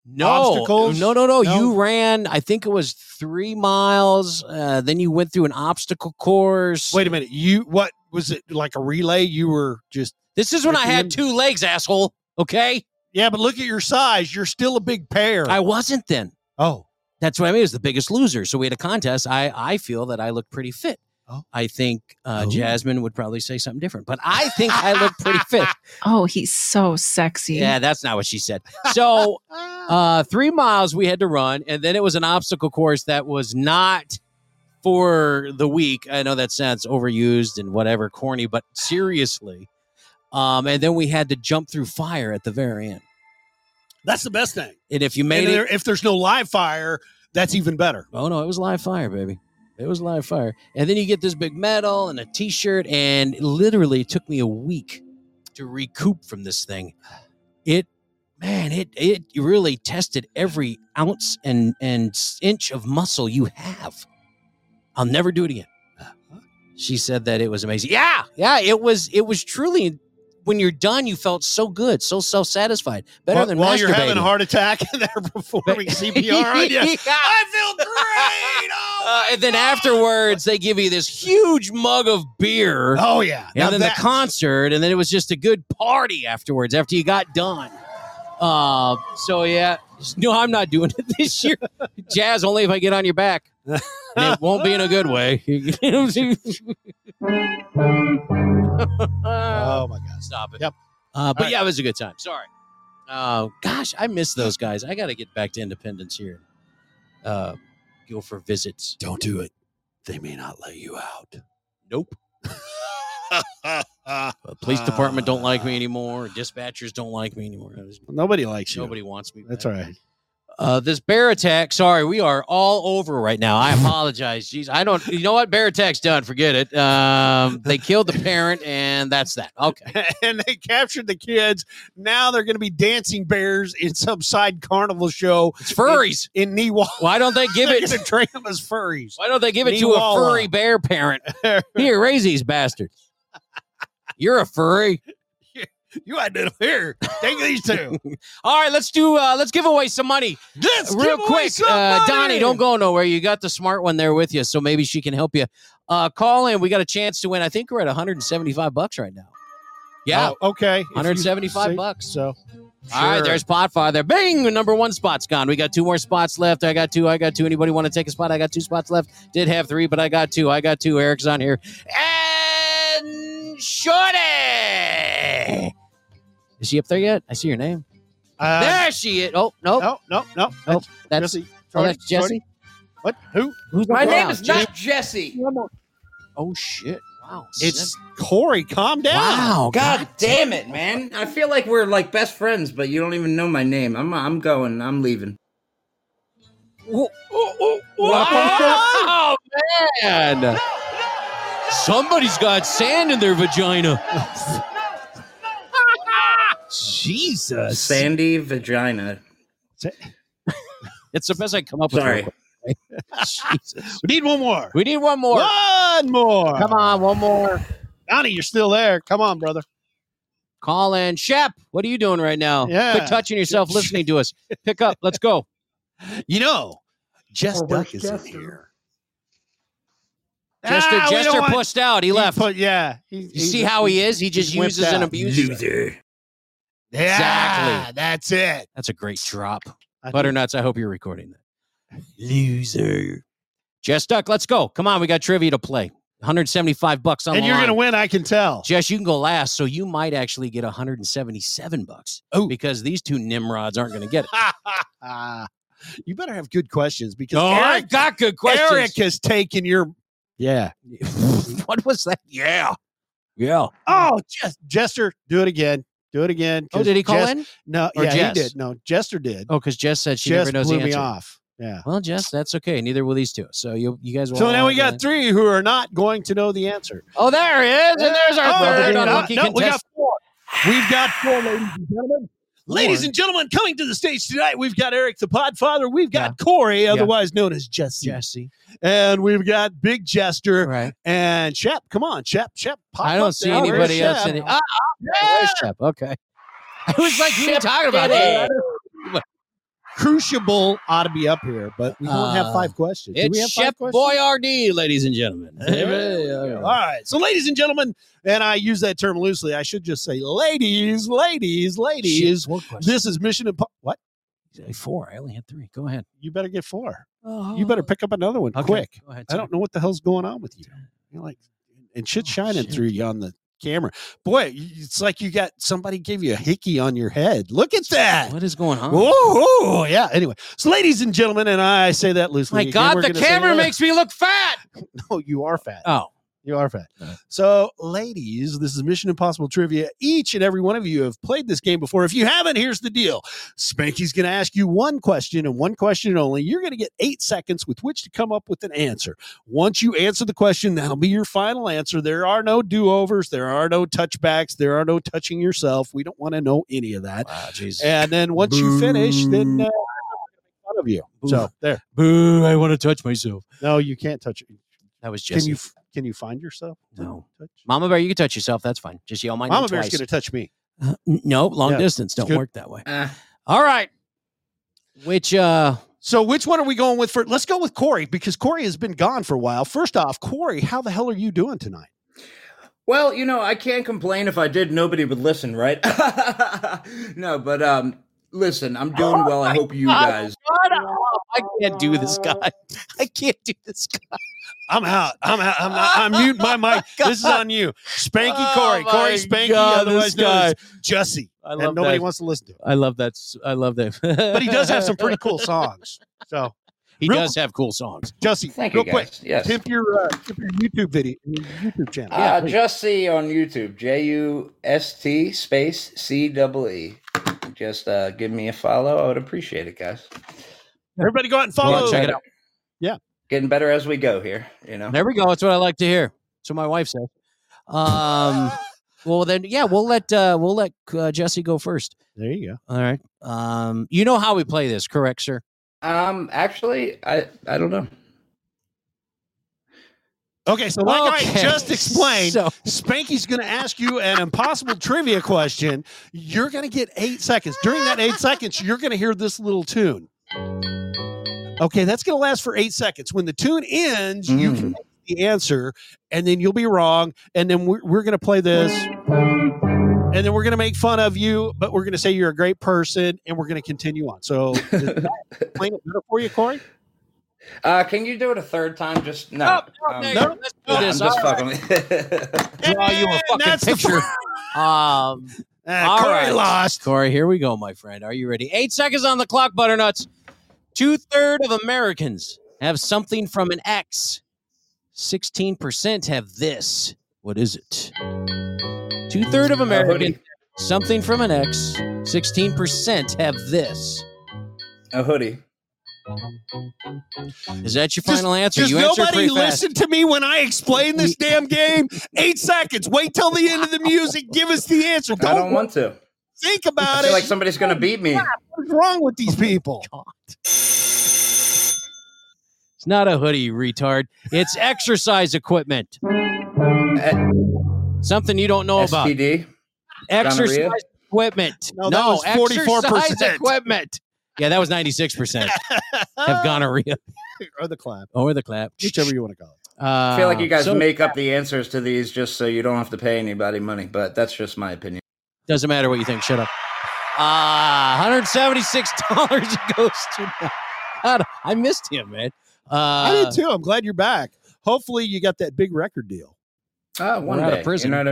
no,
obstacles?
No, no, no,
No?
You ran, I think it was three miles. Uh, then you went through an obstacle course.
Wait a minute. You what was it like a relay? You were just
this is when I
at the
had
end-
two legs, asshole. Okay,
yeah, but look at your size. You're still a big pair.
I wasn't then.
oh,
That's what I mean. It was the biggest loser. So we had a contest. I I feel that I look pretty fit.
Oh.
I think uh,
Oh.
Jasmine would probably say something different, but I think I look pretty fit.
Oh, he's so sexy.
Yeah, that's not what she said. So uh, three miles we had to run, and then it was an obstacle course that was not for the weak. I know that sounds overused and whatever, corny, but seriously. Um, and then we had to jump through fire at the very end.
that's the best thing.
And if you
And
made it,
there- if there's no live fire, that's even better.
oh no, it was live fire, baby. It was live fire. And then you get this big medal and a t shirt, and literally it took me a week to recoup from this thing. It, man, it it really tested every ounce and and inch of muscle you have. I'll never do it again. She said that it was amazing. Yeah, yeah, it was it was truly when you're done, you felt so good, so self satisfied, better
While-
than
while you're having a
masturbating.
heart attack and they're performing CPR on you. I feel great. Oh,
Uh,
my
and then
God.
afterwards, they give you this huge mug of beer,
Oh yeah. Now
and then the
that's-
concert, and then it was just a good party afterwards after you got done. Uh, so yeah, no, I'm not doing it this year. Jazz, only if I get on your back. And it won't be in a good way.
Oh my God.
Stop it.
Yep.
Uh, but
right.
yeah, it was a good time. Sorry. Uh, gosh, I miss those guys. I got to get back to Independence here. Uh, go for visits.
Don't do it. They may not let you out.
Nope.
Uh,
Uh, police department don't like me anymore. Dispatchers don't like me anymore. I was-
nobody likes you.
nobody wants me.
That's all
back.
right.
Uh, this bear attack. Sorry, we are all over right now. I apologize. Jeez, I don't. You know what? Bear attack's done. Forget it. Um, they killed the parent, and that's that. Okay.
and they captured the kids. Now they're going to be dancing bears in some side carnival show
It's furries.
in Niwa.
Why don't they give
They're
it?
going to train them as furries. uh,
Why don't they give it to a
Niwala.
furry bear parent? Here, raise these bastards. You're a furry.
you identify here. Take these two.
All right, let's do. Uh, let's give away some money.
Let's
real
give away
quick,
some
uh, Donnie,
money.
don't go nowhere. You got the smart one there with you, so maybe she can help you. Uh, call in. We got a chance to win. I think we're at 175 bucks right now. Yeah.
Oh, okay. If you
175
see-
bucks.
So,
All right,
sure.
there's Potfather. Bing, the number one spot's gone. We got two more spots left. I got two. I got two. Anybody want to take a spot? I got two spots left. Did have three, but I got two. I got two. Eric's on here. And Shorty. Is she up there yet? I see your name.
Uh,
there she is. Oh, no.
no, no, no.
Nope,
That's,
that's,
Jesse.
oh,
Sorry,
that's
sorry.
Jesse.
What? Who?
Who's
My
on
name
now?
is
Jesse?
not Jesse.
Oh, shit. Wow.
It's Corey. Calm down.
Wow.
Oh, God damn it, man! I feel like we're like best friends, but you don't even know my name. I'm I'm going. I'm leaving. Uh,
Wow, man. Somebody's got sand in their vagina. Jesus.
Uh, Sandy vagina.
It's the best I can come up with.
Sorry.
Jesus.
We need one more.
We need one more.
One more.
Come on, one more.
Donnie, you're still there. Come on, brother.
Call in. Shep, what are you doing right now?
Yeah.
Quit touching yourself, listening to us. Pick up. Let's go.
You know, Jess
Oh, where's
Duck is in
Jester?
here.
Jester,
Ah, we don't
Jester
want-
pushed out. He left.
put- yeah.
you see how he is? He just
whipped
uses and
out.
abuses.
Yeah,
Exactly.
That's it.
That's a great drop.
I think-
Butternuts, I hope you're recording that. Loser. Jess Duck, let's go. Come on, we got trivia to play. 175 bucks on
and
the
you're
line.
going to win, I can tell.
Jess, you can go last, so you might actually get 177 bucks
Ooh.
because these two nimrods aren't going to get it.
Ah, you better have good questions because
No, I
Eric,
got good
Eric has taken your. Yeah.
what was that? Yeah. Yeah.
Oh, Jess, Jester, do it again. Do it again.
Oh, did he call
Jess-
in?
No,
Or
yeah,
Jess?
he did. No, Jester did.
Oh, because Jess said she
Jess
never knows the
blew me
answer.
off. Yeah.
Well, Jess, that's okay. Neither will these two. So you, you guys will.
So
all
now we
have
got three who are not going to know the answer.
that. Oh, there he is, and there's our
Oh,
third
no,
unlucky
no, we
contestant.
got four. We've got four, ladies and gentlemen. Ladies and gentlemen, coming to the stage tonight, we've got Eric the Podfather. We've got Corey, otherwise known as Jesse.
Jesse.
And we've got Big Jester
Right.
and Shep. Come on, Shep, Shep. Pop
I don't
up
see
there. Where's
anybody else.
Shep?
In it. Ah, there's Shep. Okay. I was like, what are you talking about?
Shep
Crucible ought to be up here, but we don't
Uh,
have five questions. Do we have
It's
five
Chef
questions?
Boyardee, ladies and gentlemen.
There All right. So, ladies and gentlemen, and I use that term loosely. I should just say, ladies, ladies, ladies. This is Mission Impossible. What?
four. I only had three. Go ahead.
You better get four. You better pick up another one
Oh. Okay,
quick.
Go ahead.
I don't know what the hell's going on with you. You're like, and shit
Oh,
shining
shit.
through you on the camera. Boy, y- it's like you got somebody gave you a hickey on your head. Look at that.
What is going on?
Oh, yeah. Anyway, so ladies and gentlemen, and I say that loosely.
My
again,
God,
we're
the
gonna say,
camera
"Well,
makes me look fat.
No, you are fat.
Oh,
You are fat. So, ladies, this is Mission Impossible Trivia. Each and every one of you have played this game before. If you haven't, here's the deal Spanky's going to ask you one question and one question only. You're going to get eight seconds with which to come up with an answer. Once you answer the question, that'll be your final answer. There are no do overs, there are no touchbacks, there are no touching yourself. We don't want to know any of that.
wow, Jesus.
And then once you finish, then. Uh,
Boo.
fun of you
Boo.
so there
Boo, I want to touch myself.
no you can't touch it
That was
can
Jesse.
you can you find yourself
No.
touch
Mama Bear, you can touch yourself. That's fine. Just yell my name
mama bear's
twice.
gonna touch me
Uh, n- no, long
Yeah,
distance. Don't
good.
work that way.
Uh,
All right. Which, uh,
So which one are we going with for? Let's go with Corey because Corey has been gone for a while. First off, Corey, how the hell are you doing tonight?
well, you know, I can't complain. If I did, nobody would listen, right? no, but um, listen, I'm doing well. I hope you guys.
I can't do this guy. I can't do this guy.
I'm out. I'm out. I'm not. I mute my mic. This is on you, Spanky
Oh
Corey.
my
Corey Spanky,
God,
otherwise
this
known as Jussie,
I
and nobody
that.
wants to listen to. him.
I love that. s- I love that.
But he does have some pretty cool songs. So
He
Real-
does have cool songs.
Jussie,
Thank
real
you,
quick,
guys. Yes.
tip your uh, tip your YouTube video, your YouTube channel.
Uh,
please.
just see on YouTube, J U S T space C double E. Just uh, give me a follow. I would appreciate it, guys.
Everybody go out and follow.
check it out.
Yeah.
Getting better as we go here, you know.
There we go. That's what I like to hear. So my wife said. Um, well then, yeah, we'll let uh, we'll let uh, Jesse go first.
There you
All right. Um, you know how we play this, correct, sir?
Um, actually, I I don't know.
Okay, so like
Okay,
I just explained,
so-
Spanky's going to ask you an impossible trivia question. You're going to get eight seconds. During that eight seconds, you're going to hear this little tune. Okay, that's going to last for eight seconds. When the tune ends, you can make the answer, and then you'll be wrong. And then we're, we're going to play this, and then we're going to make fun of you, but we're going to say you're a great person, and we're going to continue on. So, is that playing it better for you, Corey?
Uh, can you do it a third time? Just no.
Oh,
Um,
no, let's do
yeah,
this.
I'm just
All
fucking with you.
Draw you a fucking
that's the
picture. um, all
Ah, Corey
right.
lost.
Corey, here we go, my friend. Are you ready? Eight seconds on the clock, butternuts. Two third of Americans have something from an ex. Sixteen percent have this. What is it? Two third of Americans something from an ex. Sixteen percent have this.
A hoodie.
Is that your final answer?
Does
You answered
nobody
pretty fast.
listen to me when I explain this damn game? Eight seconds. Wait till the end of the music. Give us the answer. Don't,
I don't want to.
think
I
about
feel
it.
like somebody's gonna beat me.
What's wrong with these people?
It's not a hoodie, you retard. It's exercise equipment. Something you don't know about.
STD.
Exercise
Gonorrhea?
equipment.
No, that was 44%.
exercise equipment. Yeah, that was 96% have gonorrhea
or the clap,
or the clap.
whichever you want to call it.
Uh,
I feel like you guys
so
make up the answers to these just so you don't have to pay anybody money, but that's just my opinion.
Doesn't matter what you think. Shut up. Uh, $176 goes to. God, I missed him, man. Uh,
I did too. I'm glad you're back. Hopefully, you got that big record deal.
Ah, one
We're out
day.
of prison.
You know what I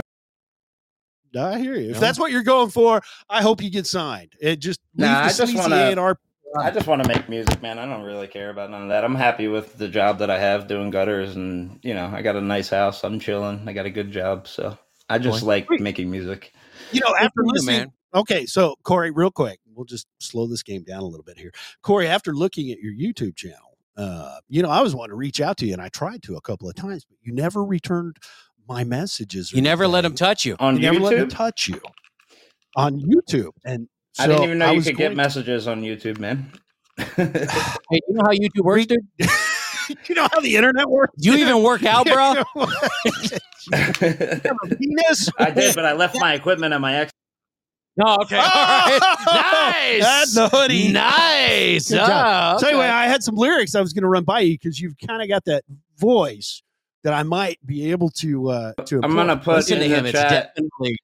I hear you. If
Yeah.
that's what you're going for, I hope you get signed. It just leave
Nah,
the
I just
sleazy
wanna-
A&R.
I just want to make music, man. I don't really care about none of that. I'm happy with the job that I have doing gutters, and you know, I got a nice house. I'm chilling. I got a good job, so I just
Boy.
like making music.
You know, after
you,
listening,
man.
Okay, so Corey, real quick, we'll just slow this game down a little bit here. Corey, after looking at your YouTube channel, uh, you know, I was wanting to reach out to you, and I tried to a couple of times, but you never returned my messages. or
You never let him
anything.
touch you.
On
You never let him
YouTube,
touch you on YouTube, and
I didn't
so
even know you
was
could get
going-
messages on YouTube, man.
Hey, you know how YouTube works, dude?
you know how the internet works.
Do you even work out, bro?
You know,
I
Venus.
did, but I left my equipment at my ex.
No, okay. All right. Nice.
That's the hoodie.
Nice.
Good job.
Ah,
So anyway,
okay.
I had some lyrics I was going to run by you because you've kind of got that voice that I might be able to uh to.
I'm gonna
employ.
put
listen to
in the
him. It's
chat.
definitely.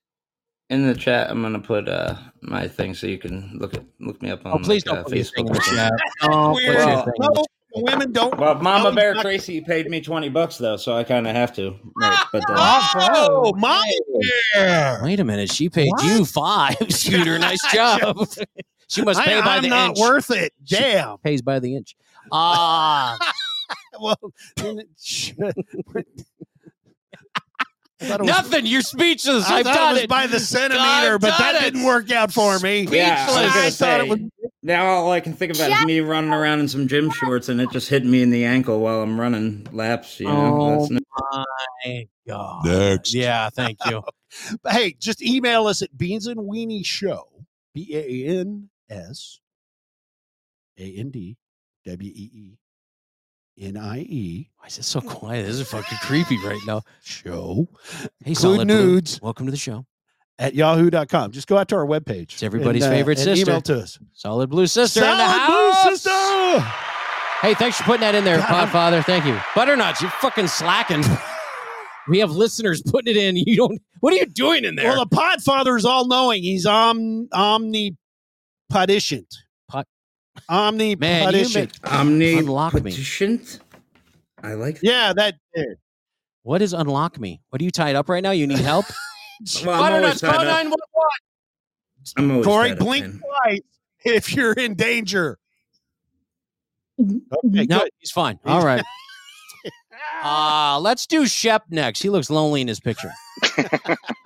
In the chat, I'm gonna put uh, my thing so you can look at, look me up on
Oh, please
like,
don't
uh,
put your thing
Facebook.
in
or something.
the chat. Don't put your
Weird.
thing in the
No, women don't.
Well, Mama
Oh,
Bear
not-
Tracy paid me twenty bucks though, so I kind of have to. Right, but uh,
Ah!
Oh, my
chat.
bear.
Wait a minute. She paid you five, Scooter. Nice job. she must pay
I,
by
I'm
the
not
inch.
worth it.
She-
Damn.
Pays by the inch. Ah,
Well, then it should. I thought it was-
nothing. You're speechless.
I
I've
thought
done
it was
it.
by the centimeter,
I've
but
done
that
it.
didn't work out for me.
Yeah, I was
I
gonna
thought
say.
it was
Now all I can think about is me running around in some gym shorts, and it just hit me in the ankle while I'm running laps. You know,
Oh
That's no-
my god.
Next.
Yeah. Thank you.
hey, just email us at beans and weenie show, B A N S A N D W E E N I E
Why is it so quiet? This is fucking creepy right now.
show
Hey,
Include
solid Blue.
nudes.
Welcome to the show.
at yahoo.com. Just go out to our webpage.
It's everybody's favorite
and
sister.
Email to us.
Solid blue sister in the
Solid
house.
Blue Sister!
Hey, thanks for putting that in there,
God, I'm-
Podfather. Thank you. Butternuts, you fucking slacking. we have listeners putting it in. You don't. What are you doing in there?
Well, the Podfather is all knowing. He's om, omnipotent.
Pot-
Omnipotent.
Man, you make,
Omni
Unlock me.
petitioned? I like.
yeah, that.
what is unlock me? What are you tied up right now? You need help?
Well, I'm always tied up.
nine one.
I'm always
Corey,
tied up,
blink
man.
twice if you're in danger. Okay,
Mm-hmm. No,
good.
he's fine. All right. Uh, let's do Shep next. He looks lonely in his picture.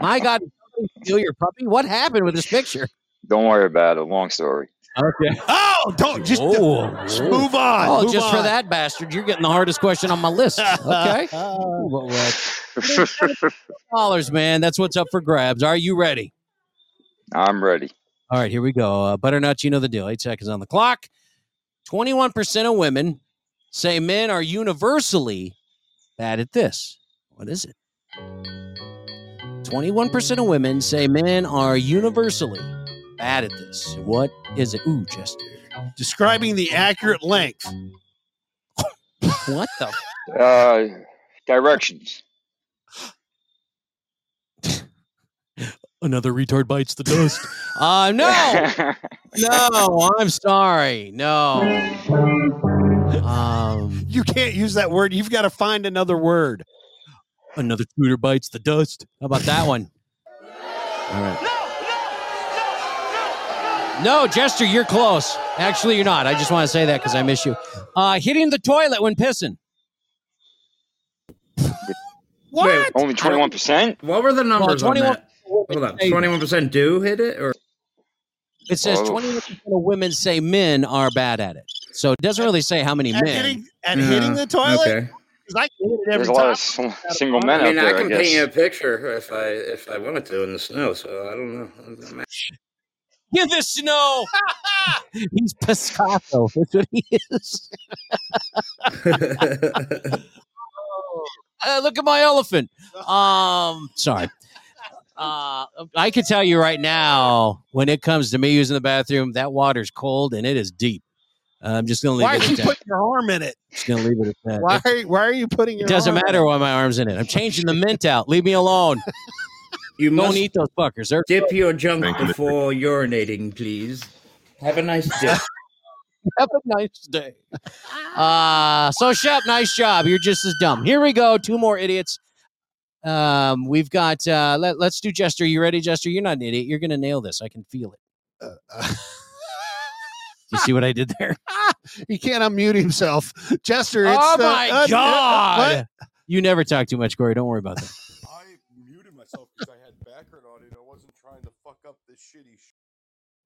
My God, did somebody steal your puppy? What happened with this picture?
Don't worry about it. Long story.
Okay.
Oh, don't just, just move on.
Oh,
move
just for
on.
that bastard, you're getting the hardest question on my list. Okay. Well, well, Dollars, man. That's what's up for grabs. Are you ready?
I'm ready.
All right, here we go. Uh, butternut, you know the deal. Eight seconds on the clock. 21% of women say men are universally bad at this. What is it? 21% of women say men are universally bad at this. What is it? Ooh, Chester.
Describing the accurate length.
what the?
Uh, directions.
Another retard bites the dust. Uh, no. no, I'm sorry. No. Um,
you can't use that word. You've got to find another word.
Another tutor bites the dust. How about that one? All right. No, Jester, you're close. Actually, you're not. I just want to say that because I miss you. Uh, hitting the toilet when pissing.
What?
only 21%?
What were the numbers
Well,
on that? Hold on. Twenty-one percent do hit it, or
It says
Oh.
21% of women say men are bad at it. So it doesn't really say how many
At
men.
hitting, at hitting the toilet? Because I can hit it every
There's a lot
time.
of sl- single men
I mean,
out
I
there, I,
can paint you a
guess.
picture if I if I wanted to in the snow. So I don't know. It doesn't matter.
In the snow. He's Picasso. That's what he is. Uh, look at my elephant. Um, sorry. Uh, I can tell you right now, when it comes to me using the bathroom, that water's cold and it is deep. Uh, I'm just gonna leave
Why
it
are
at
you
that.
putting your arm in it?
Just gonna leave it at that.
Why
It-
are, why are you putting your
It doesn't
arm in
matter why my arm's in it. I'm changing the mint out. Leave me alone.
You
don't
must
eat those fuckers. They're
Dip your junk
Thank you.
before urinating, please. Have a nice day.
Have a nice day. Uh, so Shep, nice job. You're just as dumb. Here we go. Two more idiots. Um, we've got. Uh, let, let's do Jester. You ready, Jester? You're not an idiot. You're gonna nail this. I can feel it. you see what I did there?
He can't unmute himself. Jester, it's
oh
the-
my
uh, uh,
god!
what?
you never talk too much, Corey. Don't worry about that.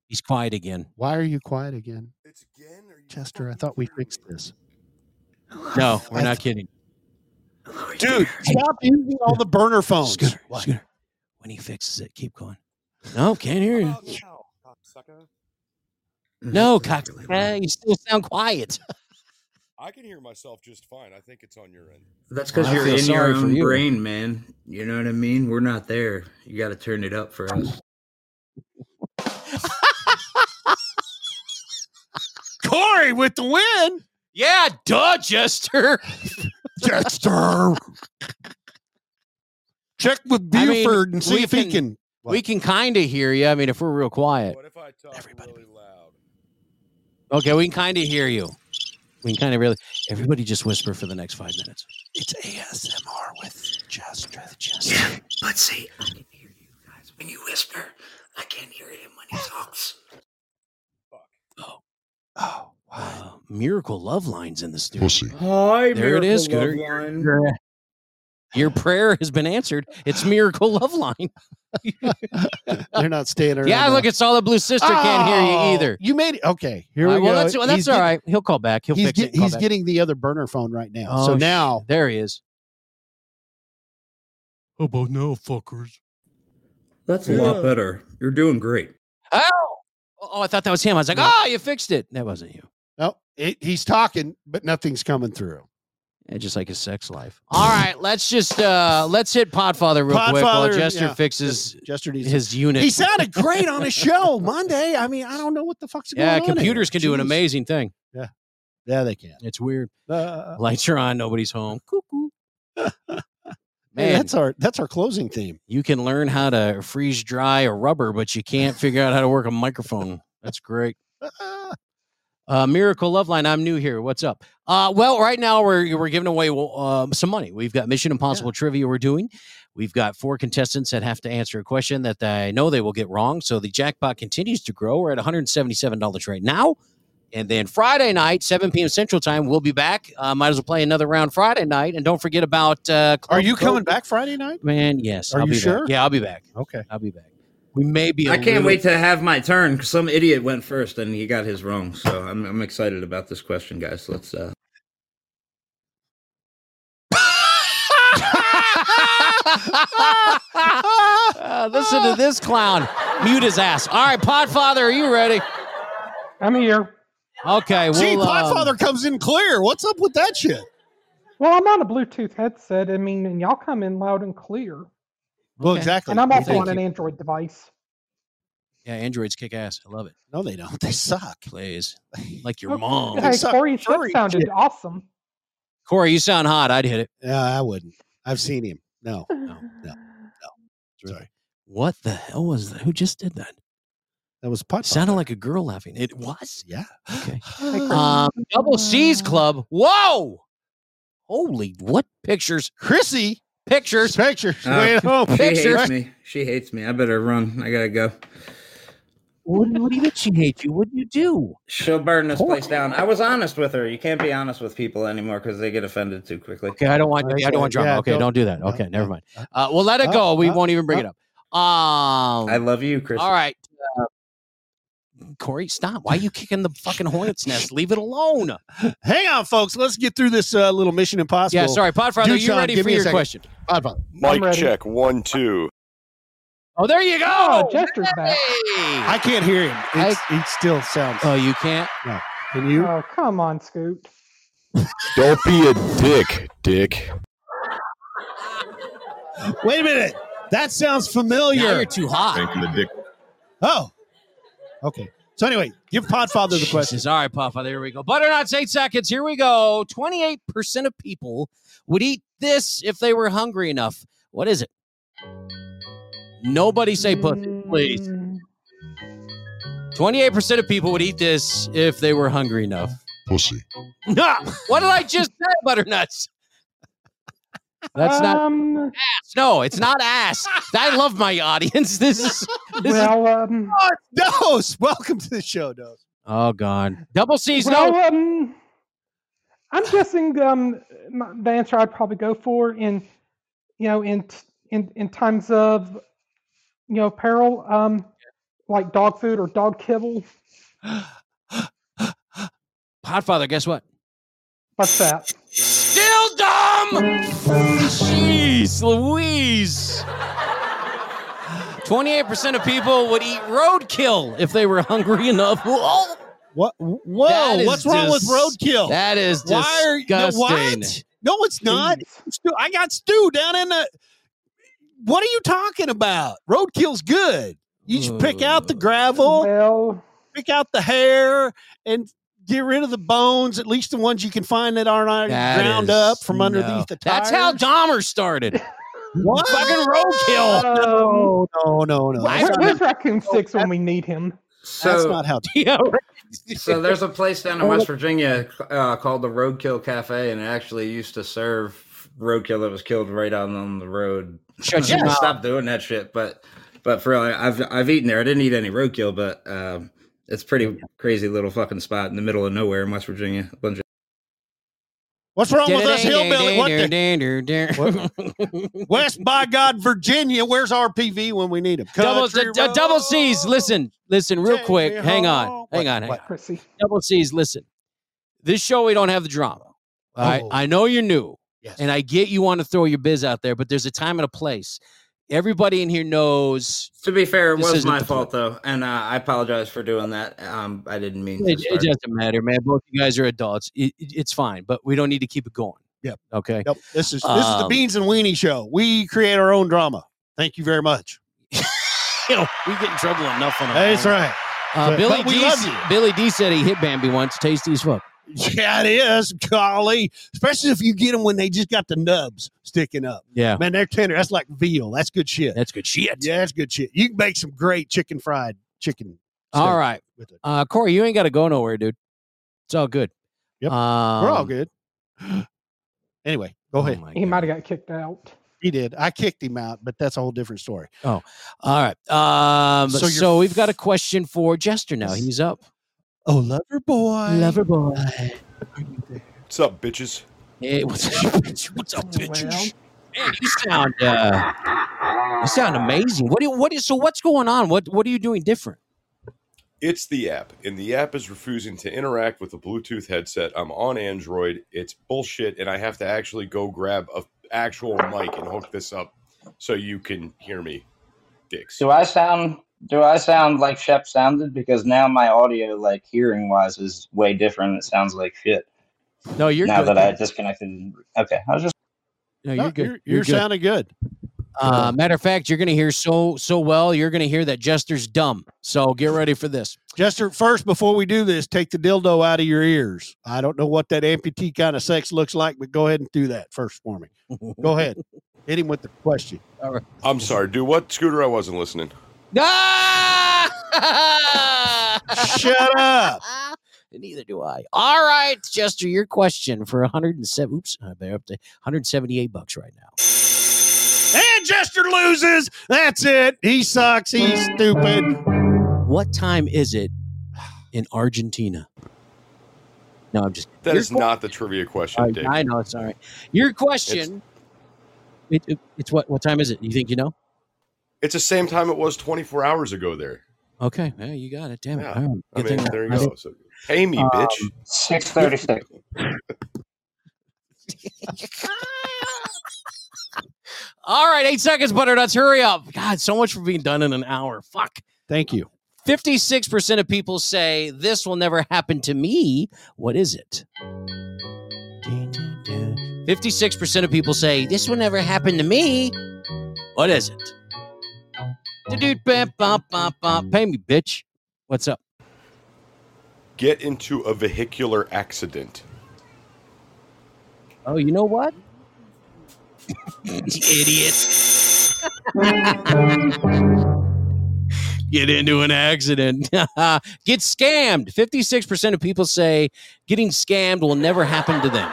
He's quiet again.
Why are you quiet again? It's again Chester, I thought we fixed this.
No, we're not kidding.
Dude, stop using all the burner phones.
Scooter, Scooter. When he fixes it, keep going. No, can't hear you. No, cock. eh, You still sound quiet.
I can hear myself just fine. I think it's on your end.
That's because
I
you're
feel
in your
sorry for
own
you.
brain, man. You know what I mean? We're not there. You got to turn it up for us.
Corey with the win.
Yeah, duh, Jester.
Jester. Check with
I mean,
Buford and see
we
if he can.
We can kind of hear you. I mean, if we're real quiet. What if I talk really loud? Okay, we can kind of hear you. We can kind of really. Everybody, just whisper for the next five minutes. It's ASMR with Jester. Jester. Yeah,
but see, I can hear you guys when you whisper. I can't hear him when he talks.
Oh,
Uh, Miracle Love Lines in the studio.
Hi,
There it is,
Miracle
Scooter.
Love Line.
Your, your prayer has been answered. It's Miracle Love Line.
They're not staying around.
yeah,
now.
look, it's all a blue sister can't hear
Oh,
you either.
You made it. Okay, here we
Uh, well,
go.
that's, well, that's
He's
all
get-
right. He'll call back. He'll
he's
fix
get-
it. and call
he's
back.
getting the other burner phone right now.
Oh,
so
shit.
now
there he is.
How about now, fuckers?
That's a lot better. You're doing great.
Oh, oh, I thought that was him. I was like, oh, you fixed it. That wasn't you.
no, oh, it, he's talking, but nothing's coming through.
Yeah, just like his sex life. All right, let's just uh let's hit Podfather real quick while
Podfather,
Jester
yeah.
fixes
Jester needs
his unit.
He sounded great on a show Monday. I mean, I don't know what the fuck's
yeah,
going on. here.
computers can do an
Jeez.
amazing thing.
Yeah. Yeah, they can.
It's weird.
Uh,
Lights are on, nobody's home. Cuckoo.
Man,
Man,
that's our that's our closing theme.
you can learn how to freeze dry a rubber, but you can't figure out how to work a microphone. That's great.
uh,
Uh, Miracle Love Line. I'm new here. What's up? Uh, well, right now we're we're giving away well, um, some money. We've got Mission Impossible trivia we're doing. We've got four contestants that have to answer a question that I know they will get wrong. So the jackpot continues to grow. We're at 177 dollars right now. And then Friday night, 7 p.m. Central Time, we'll be back. Uh, might as well play another round Friday night. And don't forget about. Uh,
Are
Club
you coming
Cobra.
back Friday night?
Man, yes.
Are
I'll
you
be
sure?
Back. Yeah, I'll be back.
Okay.
I'll be back. We may be. I
I can't wait to have my turn. 'cause Some idiot went first and he got his wrong. So I'm, I'm excited about this question, guys. Let's. uh
Uh, listen to this clown. Mute his ass. All right, Podfather, are you ready? I'm here. Okay. Well,
Ah, Gee,
um,
Podfather comes in clear. What's up with that shit?
Well, I'm on a Bluetooth headset. I mean, and y'all come in loud and clear.
Well, exactly.
And I'm
Well,
also
thank
on an
you.
Android device.
Yeah, androids kick ass. I love it.
No, they don't. They suck.
Please, like your mom.
Hey, Corey's shit sounded awesome.
Corey, you sound hot. I'd hit it.
Yeah, I wouldn't. I've seen him. No, no, no, no. Sorry.
What the hell was that? Who just did that?
That was Podfather.
Sounded like a girl laughing. It was.
Yeah.
Okay. Um, Double C's Club. Whoa! Holy what pictures?
Chrissy.
Pictures.
Pictures.
uh, she hates
Pictures.
me. She hates me. I better run. I gotta go.
What, what do you mean she hates you? What do you do?
She'll burn this place down. I was honest with her. You can't be honest with people anymore because they get offended too quickly.
Okay, I don't want. I don't want drama. okay, don't, do that. Okay, never mind. Uh, we'll let it go. we won't even bring it up. Um,
I love you, Chris.
All right, uh, Mm, Corey, stop. Why are you kicking the fucking hornet's nest? Leave it alone.
Hang on, folks. Let's get through this uh, little Mission Impossible.
Yeah, sorry, Podfather,
Dude,
you
Sean,
ready
give
for
me a
your
second.
question?
Podfather.
I'm
Mic
ready.
check one two.
Oh, there you go.
Oh, Jester's back.
I can't hear him. It's, it still sounds.
Oh, you can't.
No. Can you?
Oh, come on, Scoot.
Don't be a dick, dick.
Wait a minute. That sounds familiar.
Now you're too hot.
Thank the dick.
Oh. Okay. So anyway, give Podfather the question.
All right, Podfather, here we go. Butternuts, eight seconds. Here we go. 28% of people would eat this if they were hungry enough. What is it? Nobody say pussy, please. 28% of people would eat this if they were hungry enough.
Pussy.
Nah, what did I just say, Butternuts? That's not
um,
ass. No, it's not ass. I love my audience. This is. This is
well, um,
Oh, Dose, welcome to the show, Dose.
oh, God. Double C's,
well,
no.
um, I'm guessing um, my, the answer I'd probably go for in, you know, in t- in in times of, you know, peril, um, like dog food or dog kibble.
Podfather, guess what?
What's that?
Still dumb! Jeez Louise! 28% of people would eat roadkill if they were hungry enough. Whoa!
What?
That
Whoa!
is
What's wrong with
dis-
roadkill?
That is
Why are no,
disgusting.
what? No, it's not. Stu- I got stew down in the. What are you talking about? Roadkill's good. You just pick out the gravel,
Well,
pick out the hair, and get rid of the bones. At least the ones you can find that aren't already
That
ground
is-
up from underneath
no.
the
That's
tires.
how Dahmer started.
What?
Fucking roadkill.
um,
Oh, No, no, no, no.
where-
That's not,
where's Raccoon Six when we need him?
that's
So,
not how.
Yeah, right.
so there's a place down in West Virginia uh, called the Roadkill Cafe, and it actually used to serve roadkill that was killed right out on the road.
Shut your mouth.
Stop doing that shit. But but for real, I've I've eaten there. I didn't eat any roadkill, but um, it's pretty crazy little fucking spot in the middle of nowhere in West Virginia. A bunch of
What's wrong with us hillbilly? What the West by God, Virginia. Where's RPV when we need him?
Double,
Country
d- d- double C's, listen, listen, real
Take
quick.
me
Hang on,
home.
hang
What?
on, hang on.
What?
Chrissy.
Double C's, listen. This show we don't have the drama. All right?
Oh.
I know you're new,
Yes.
and I get you want to throw your biz out there, but there's a time and a place. Everybody in here knows
To be fair, it
This
was
isn't
my
the
fault though, and uh, I apologize for doing that. Um, I didn't mean.
it,
to
it
start.
doesn't matter, man. Both you guys are adults. It- it- it's fine, but we don't need to keep it going.
Yep.
Okay.
Nope. This is this is the
Um,
Beans and Weenie show. We create our own drama. Thank you very much.
You know, we get in trouble enough on our
That's
own.
right.
Uh,
But-
Billy
but we
D.
love
s-
you.
Billy D. said he hit Bambi once. Tasty as fuck.
Yeah, it is. Golly, especially if you get them when they just got the nubs sticking up.
Yeah,
Man, they're tender. That's like veal. That's good shit.
that's good shit.
Yeah, that's good shit. You can make some great chicken fried chicken.
All
steak
right,
with it.
uh, Corey, you ain't got to go nowhere, dude. It's all good.
Yep.
Um,
We're all good. Anyway, go
oh
ahead.
my
He
God.
might have got kicked out.
He did. I kicked him out, but that's a whole different story.
All right. Um, so,
So you're-
we've got a question for Jester now. He's up.
Oh, lover boy.
boy.
What's up, bitches?
Oh,
Hey, what's, what's up, bitch?
Well,
Man, you sound. Uh, You sound amazing. What do you, what is so what's going on? What what are you doing different?
It's the app, and the app is refusing to interact with the Bluetooth headset. I'm on Android. It's bullshit, and I have to actually go grab a actual mic and hook this up so you can hear me. Dicks.
Do I sound do I sound like Shep sounded? Because now my audio, like hearing wise, is way different. It sounds like shit.
No, you're
now
good.
that I disconnected. Okay, I was just
No,
No,
you're good.
you're- you're sounding
good.
Uh, matter of fact, you're going to hear so so well. You're going to hear that Jester's dumb. So get ready for this.
Jester, first, before we do this, take the dildo out of your ears. I don't know what that amputee kind of sex looks like, but go ahead and do that first for me. Go ahead. Hit him with the question.
All right.
I'm sorry, dude. What scooter? I wasn't listening.
Shut up.
Neither do I. All right, Jester, your question for 107. Oops, they're up to 178 bucks right now.
And Jester loses. That's it. He sucks. He's stupid.
What time is it in Argentina? No, I'm just.
That
Your
is not the trivia question,
I,
Dick.
I know it's all right. Your question. It, it- it's what? What time is it? You think you know?
It's the same time it was 24 hours ago. There.
Okay, yeah, you got it. Damn it.
Yeah.
All right,
I
good
mean,
thing
there you
I- I
go.
did-
So pay me,
Um,
bitch.
six thirty six.
All right, eight seconds, butternuts. Hurry up. God, so much for being done in an hour. Fuck.
Thank you.
56% of people say this will never happen to me. What is it? 56% of people say this will never happen to me. What is it? Da-doot, bam, bum, bum, bum. Pay me, bitch. What's up?
Get into a vehicular accident.
Oh, you know what? Idiot. Get into an accident. Get scammed. 56% of people say getting scammed will never happen to them.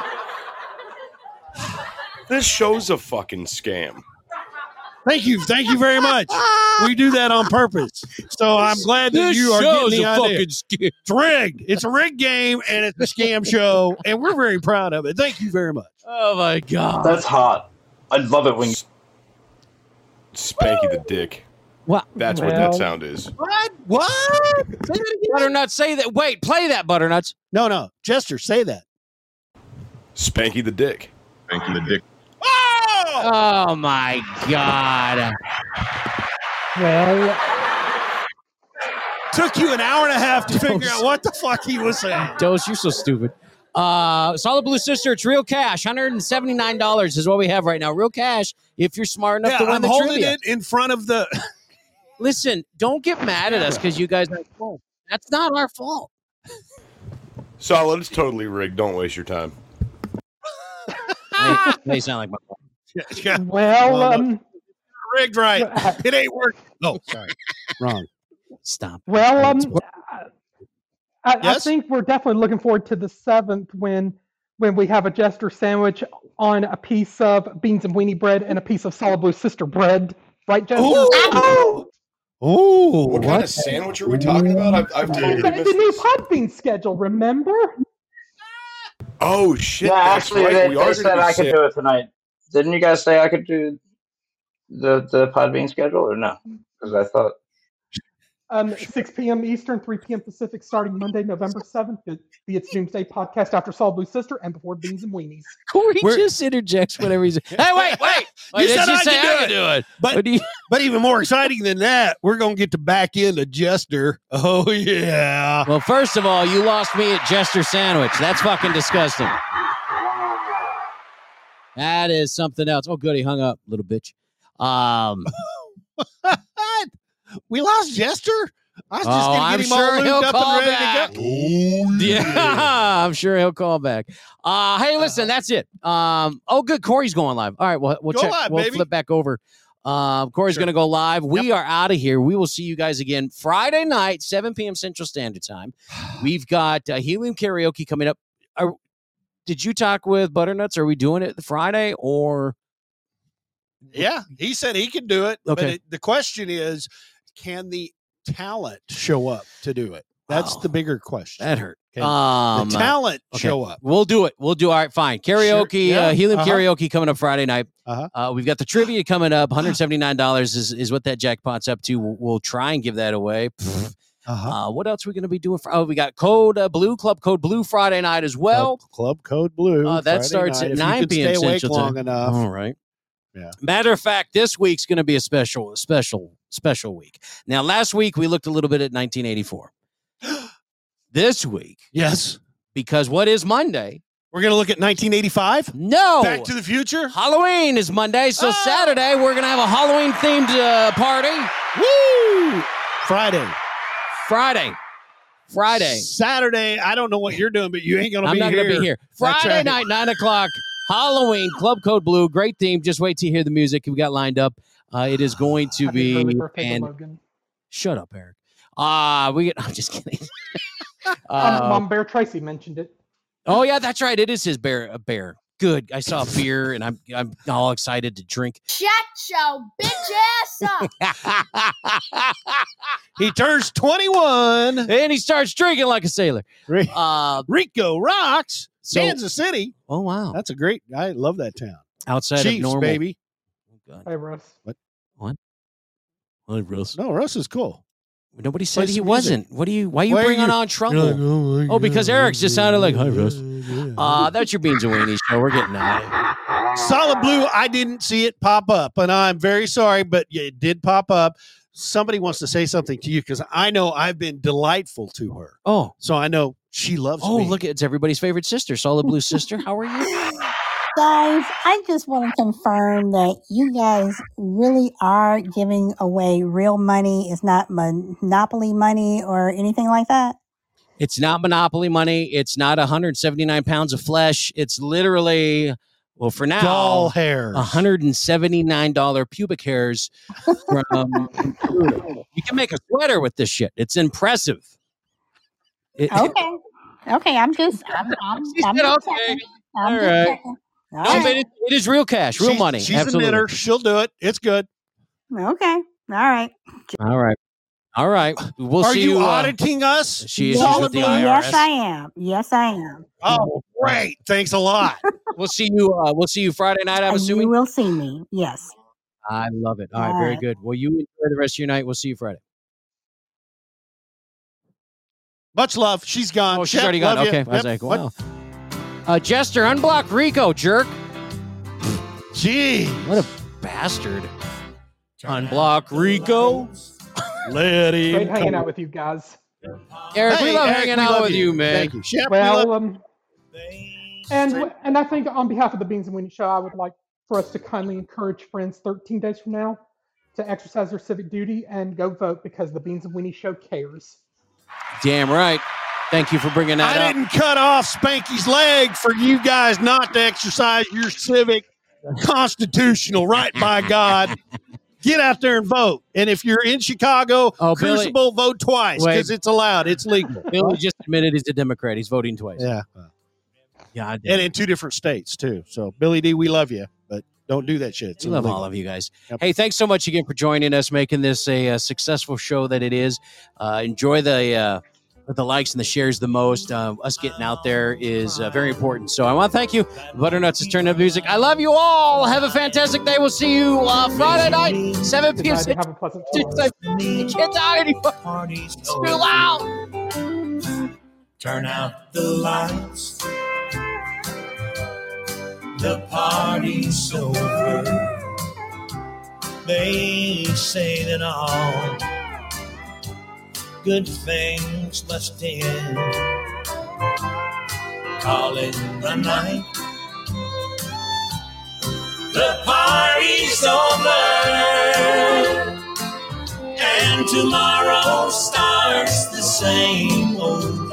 This show's a fucking scam.
Thank you. Thank you very much. We do that on purpose. So I'm glad that
This
you are
show's
getting the
a
idea.
fucking
scam.
It's rigged. It's a rigged game and it's a scam show, and we're very proud of it. Thank you very much.
Oh my god.
That's hot. I love it when you
Spanky the dick.
What?
That's what
Well-
that sound is.
What? What? Butternut, say that. Wait, play that, Butternuts.
No, no. Jester, say that.
Spanky the dick.
Spanky the dick.
Oh, my God.
Well,
Took you an hour and a half to figure out what the fuck he was saying.
Dose, you're so stupid. Uh, Solid Blue Sister, it's real cash. $179 is what we have right now. Real cash if you're smart enough
Yeah,
to win
I'm
the
holding
trivia.
it in front of the.
Listen, don't get mad at us because you guys aren't cool. That's not our fault.
Solid. It's totally rigged. Don't waste your time.
They sound like my
well, um,
rigged right. It ain't working. Oh, sorry. Wrong.
Stop.
Well, um, I, I
Yes?
think we're definitely looking forward to the seventh when when we have a jester sandwich on a piece of beans and weenie bread and a piece of solid blue sister bread, right, Jester?
Ooh,
Ooh,
What kind of sandwich are we talking about? I've, I've totally
the,
missed.
the new podbean schedule, remember?
Oh shit!
Yeah,
that's
actually,
right.
they,
we
they
are
said
gonna be
I could
sick.
do it tonight. Didn't you guys say I could do the the Podbean schedule or no? Because I thought
Um, 6 p.m. Eastern, 3 p.m. Pacific, starting Monday, November 7th. It- The It's Doomsday podcast after Solid Blue Sister and before Beans and Weenies.
Corey just interjects whenever he's. Hey, wait, wait.
you
Wait, did
said
you
I
say
could do,
I
it.
could do it?
But, but even more exciting than that, we're going to get to back end of Jester. Oh, yeah.
Well, first of all, you lost me at Jester Sandwich. That's fucking disgusting. That is something else. Oh, good. He hung up, little bitch. Um,
We lost Jester? I was just
Oh,
going
I'm
to get him
sure
all
he'll
lubed up
call
and ready
back.
to go.
Oh,
yeah, I'm sure he'll call back. Uh, hey, listen, that's it. Um, oh, good. Corey's going live. All right, well, we'll
Uh-huh. Go
check.
live,
we'll
baby.
flip back over. Um, Corey's going to go live. We are out of here. We will see you guys again Friday night, 7 p.m. Central Standard Time. We've got uh, Helium Karaoke coming up. Are, did you talk with Butternuts? Are we doing it Friday or?
Yeah, he said he could do it. But
Okay.
it, the question is, can the talent show up to do it? That's the bigger question.
That hurt. Um,
The talent show up.
We'll do it. We'll do all right. Fine. Karaoke,
yeah,
uh, helium
uh-huh.
karaoke coming up Friday night.
Uh-huh.
Uh, we've got the trivia coming up. One hundred seventy nine dollars is, is what that jackpot's up to. We'll, we'll try and give that away.
Uh-huh.
Pfft. Uh, what else are we going to be doing? For, oh, we got Code uh, Blue Club Code Blue Friday night as well.
Club Code Blue.
Uh, that
Friday
starts at
night. If you
9
can
p.m.
Stay awake
Central Time.
long enough.
All right.
Yeah.
Matter of fact, this week's going to be a special, special, special week. Now, last week we looked a little bit at 1984. this week,
yes,
because what is Monday?
We're going to look at 1985.
No,
Back to the Future.
Halloween is Monday, so Saturday we're going to have a Halloween themed uh, party.
Woo! Friday.
Friday. Friday.
Saturday. I don't know what you're doing, but you ain't going to
I'm
be
not
here.
gonna be here.
That's
Friday
right.
night, nine o'clock. Halloween Club Code Blue. Great theme. Just wait till you hear the music we got lined up. Uh, it is going to
Happy
be
early birthday to
and
Logan.
shut up, Eric. Uh we. I'm just kidding.
um,
Uh,
Mom Bear Tracy mentioned it.
oh yeah, that's right. It is his bear. A bear. Good. I saw a beer, and I'm I'm all excited to drink.
Shut your bitch ass up.
He turns 21.
And he starts drinking like a sailor. Uh,
Rico rocks.
So-
Kansas City.
Oh wow,
that's a great. I love that town.
Outside
Chiefs,
of normal, Oh,
baby.
Hey, Russ.
Hey, Russ.
No, Russ is cool.
Nobody
Play
said he
some music.
wasn't. What do you? Why are you
Why are
bringing
you-
on
You're
Trumbull?
like,
oh, because Eric's just sounded like hi, Russ.
Uh,
Uh, that's your beans and weenies show. We're getting out. of here.
Solid Blue, I didn't see it pop up, and I'm very sorry, but it did pop up. Somebody wants to say something to you because I know I've been delightful to her.
Oh,
So I know she loves
oh,
me.
look, it's everybody's favorite sister, Solid Blue sister. How are you?
Guys, I just want to confirm that you guys really are giving away real money. It's not monopoly money or anything like that.
It's not Monopoly money. It's not 179 pounds of flesh. It's literally, well, for now,
Doll hair.
$179 pubic hairs. From, you can make a sweater with this shit. It's impressive. It-
Okay. Okay, I'm just I'm I'm, I'm
said,
just
"Okay."
checking. I'm
All
just
right.
checking.
No,
All right.
but it, it is real cash, real
She's-
money.
She's
Absolutely.
a knitter. She'll do it. It's good.
Okay. All right.
All right. All right. We'll
Are
see
you
uh,
auditing us?
she issues
Solid
with the
Blue?
IRS.
Yes, I am. Yes, I am.
Oh, great. Thanks a lot.
we'll see you. Uh, we'll see you Friday night. I'm
And
assuming.
you will see me. Yes.
I love it. All right, very
Alright.
good. Well, you enjoy the rest of your night. We'll see you Friday.
Much love. She's gone.
Oh, she's
Shep,
already gone.
Uh, love ya.
Okay, I was like,
Yep. What?
wow. Uh, Jester, unblock Rico, jerk.
Gee,
what a bastard. Unblock Rico.
Let
Great
him
hanging
come.
out with you guys.
Eric, we
Hey,
love
Eric,
hanging
we
out
love
with
you.
you, man.
Thank you. Shep, we love-
Well, um, and and I think on behalf of the Beans and Weenie Show, I would like for us to kindly encourage friends 13 days from now to exercise their civic duty and go vote because the Beans and Weenie Show cares.
Damn right. Thank you for bringing that
I
up.
didn't cut off Spanky's leg for you guys not to exercise your civic constitutional right by God. Get out there and vote. And if you're in Chicago,
Oh, Billy-
Crucible, vote twice
Wait.
because it's allowed. It's legal.
Billy just admitted he's a Democrat. He's voting twice.
yeah.
God damn.
And in two different states, too. So, Billy D, we love you, but don't do that shit. It's
We love
illegal.
all of you guys.
Yep.
Hey, thanks so much again for joining us, making this a, uh successful show that it is. Uh, enjoy the uh, the likes and the shares the most. Uh, us getting out there is uh, very important. So I want to thank you. Butternuts has turned up music. I love you all. Have a fantastic day. We'll see you uh, Friday night, 7 p.m.
Decide to
Central
have a pleasant tomorrow.
Time. You can't die anymore. It's too loud.
Turn out the lights. The party's over. They say that all good things must end. Call it a night. The party's over. And tomorrow starts the same old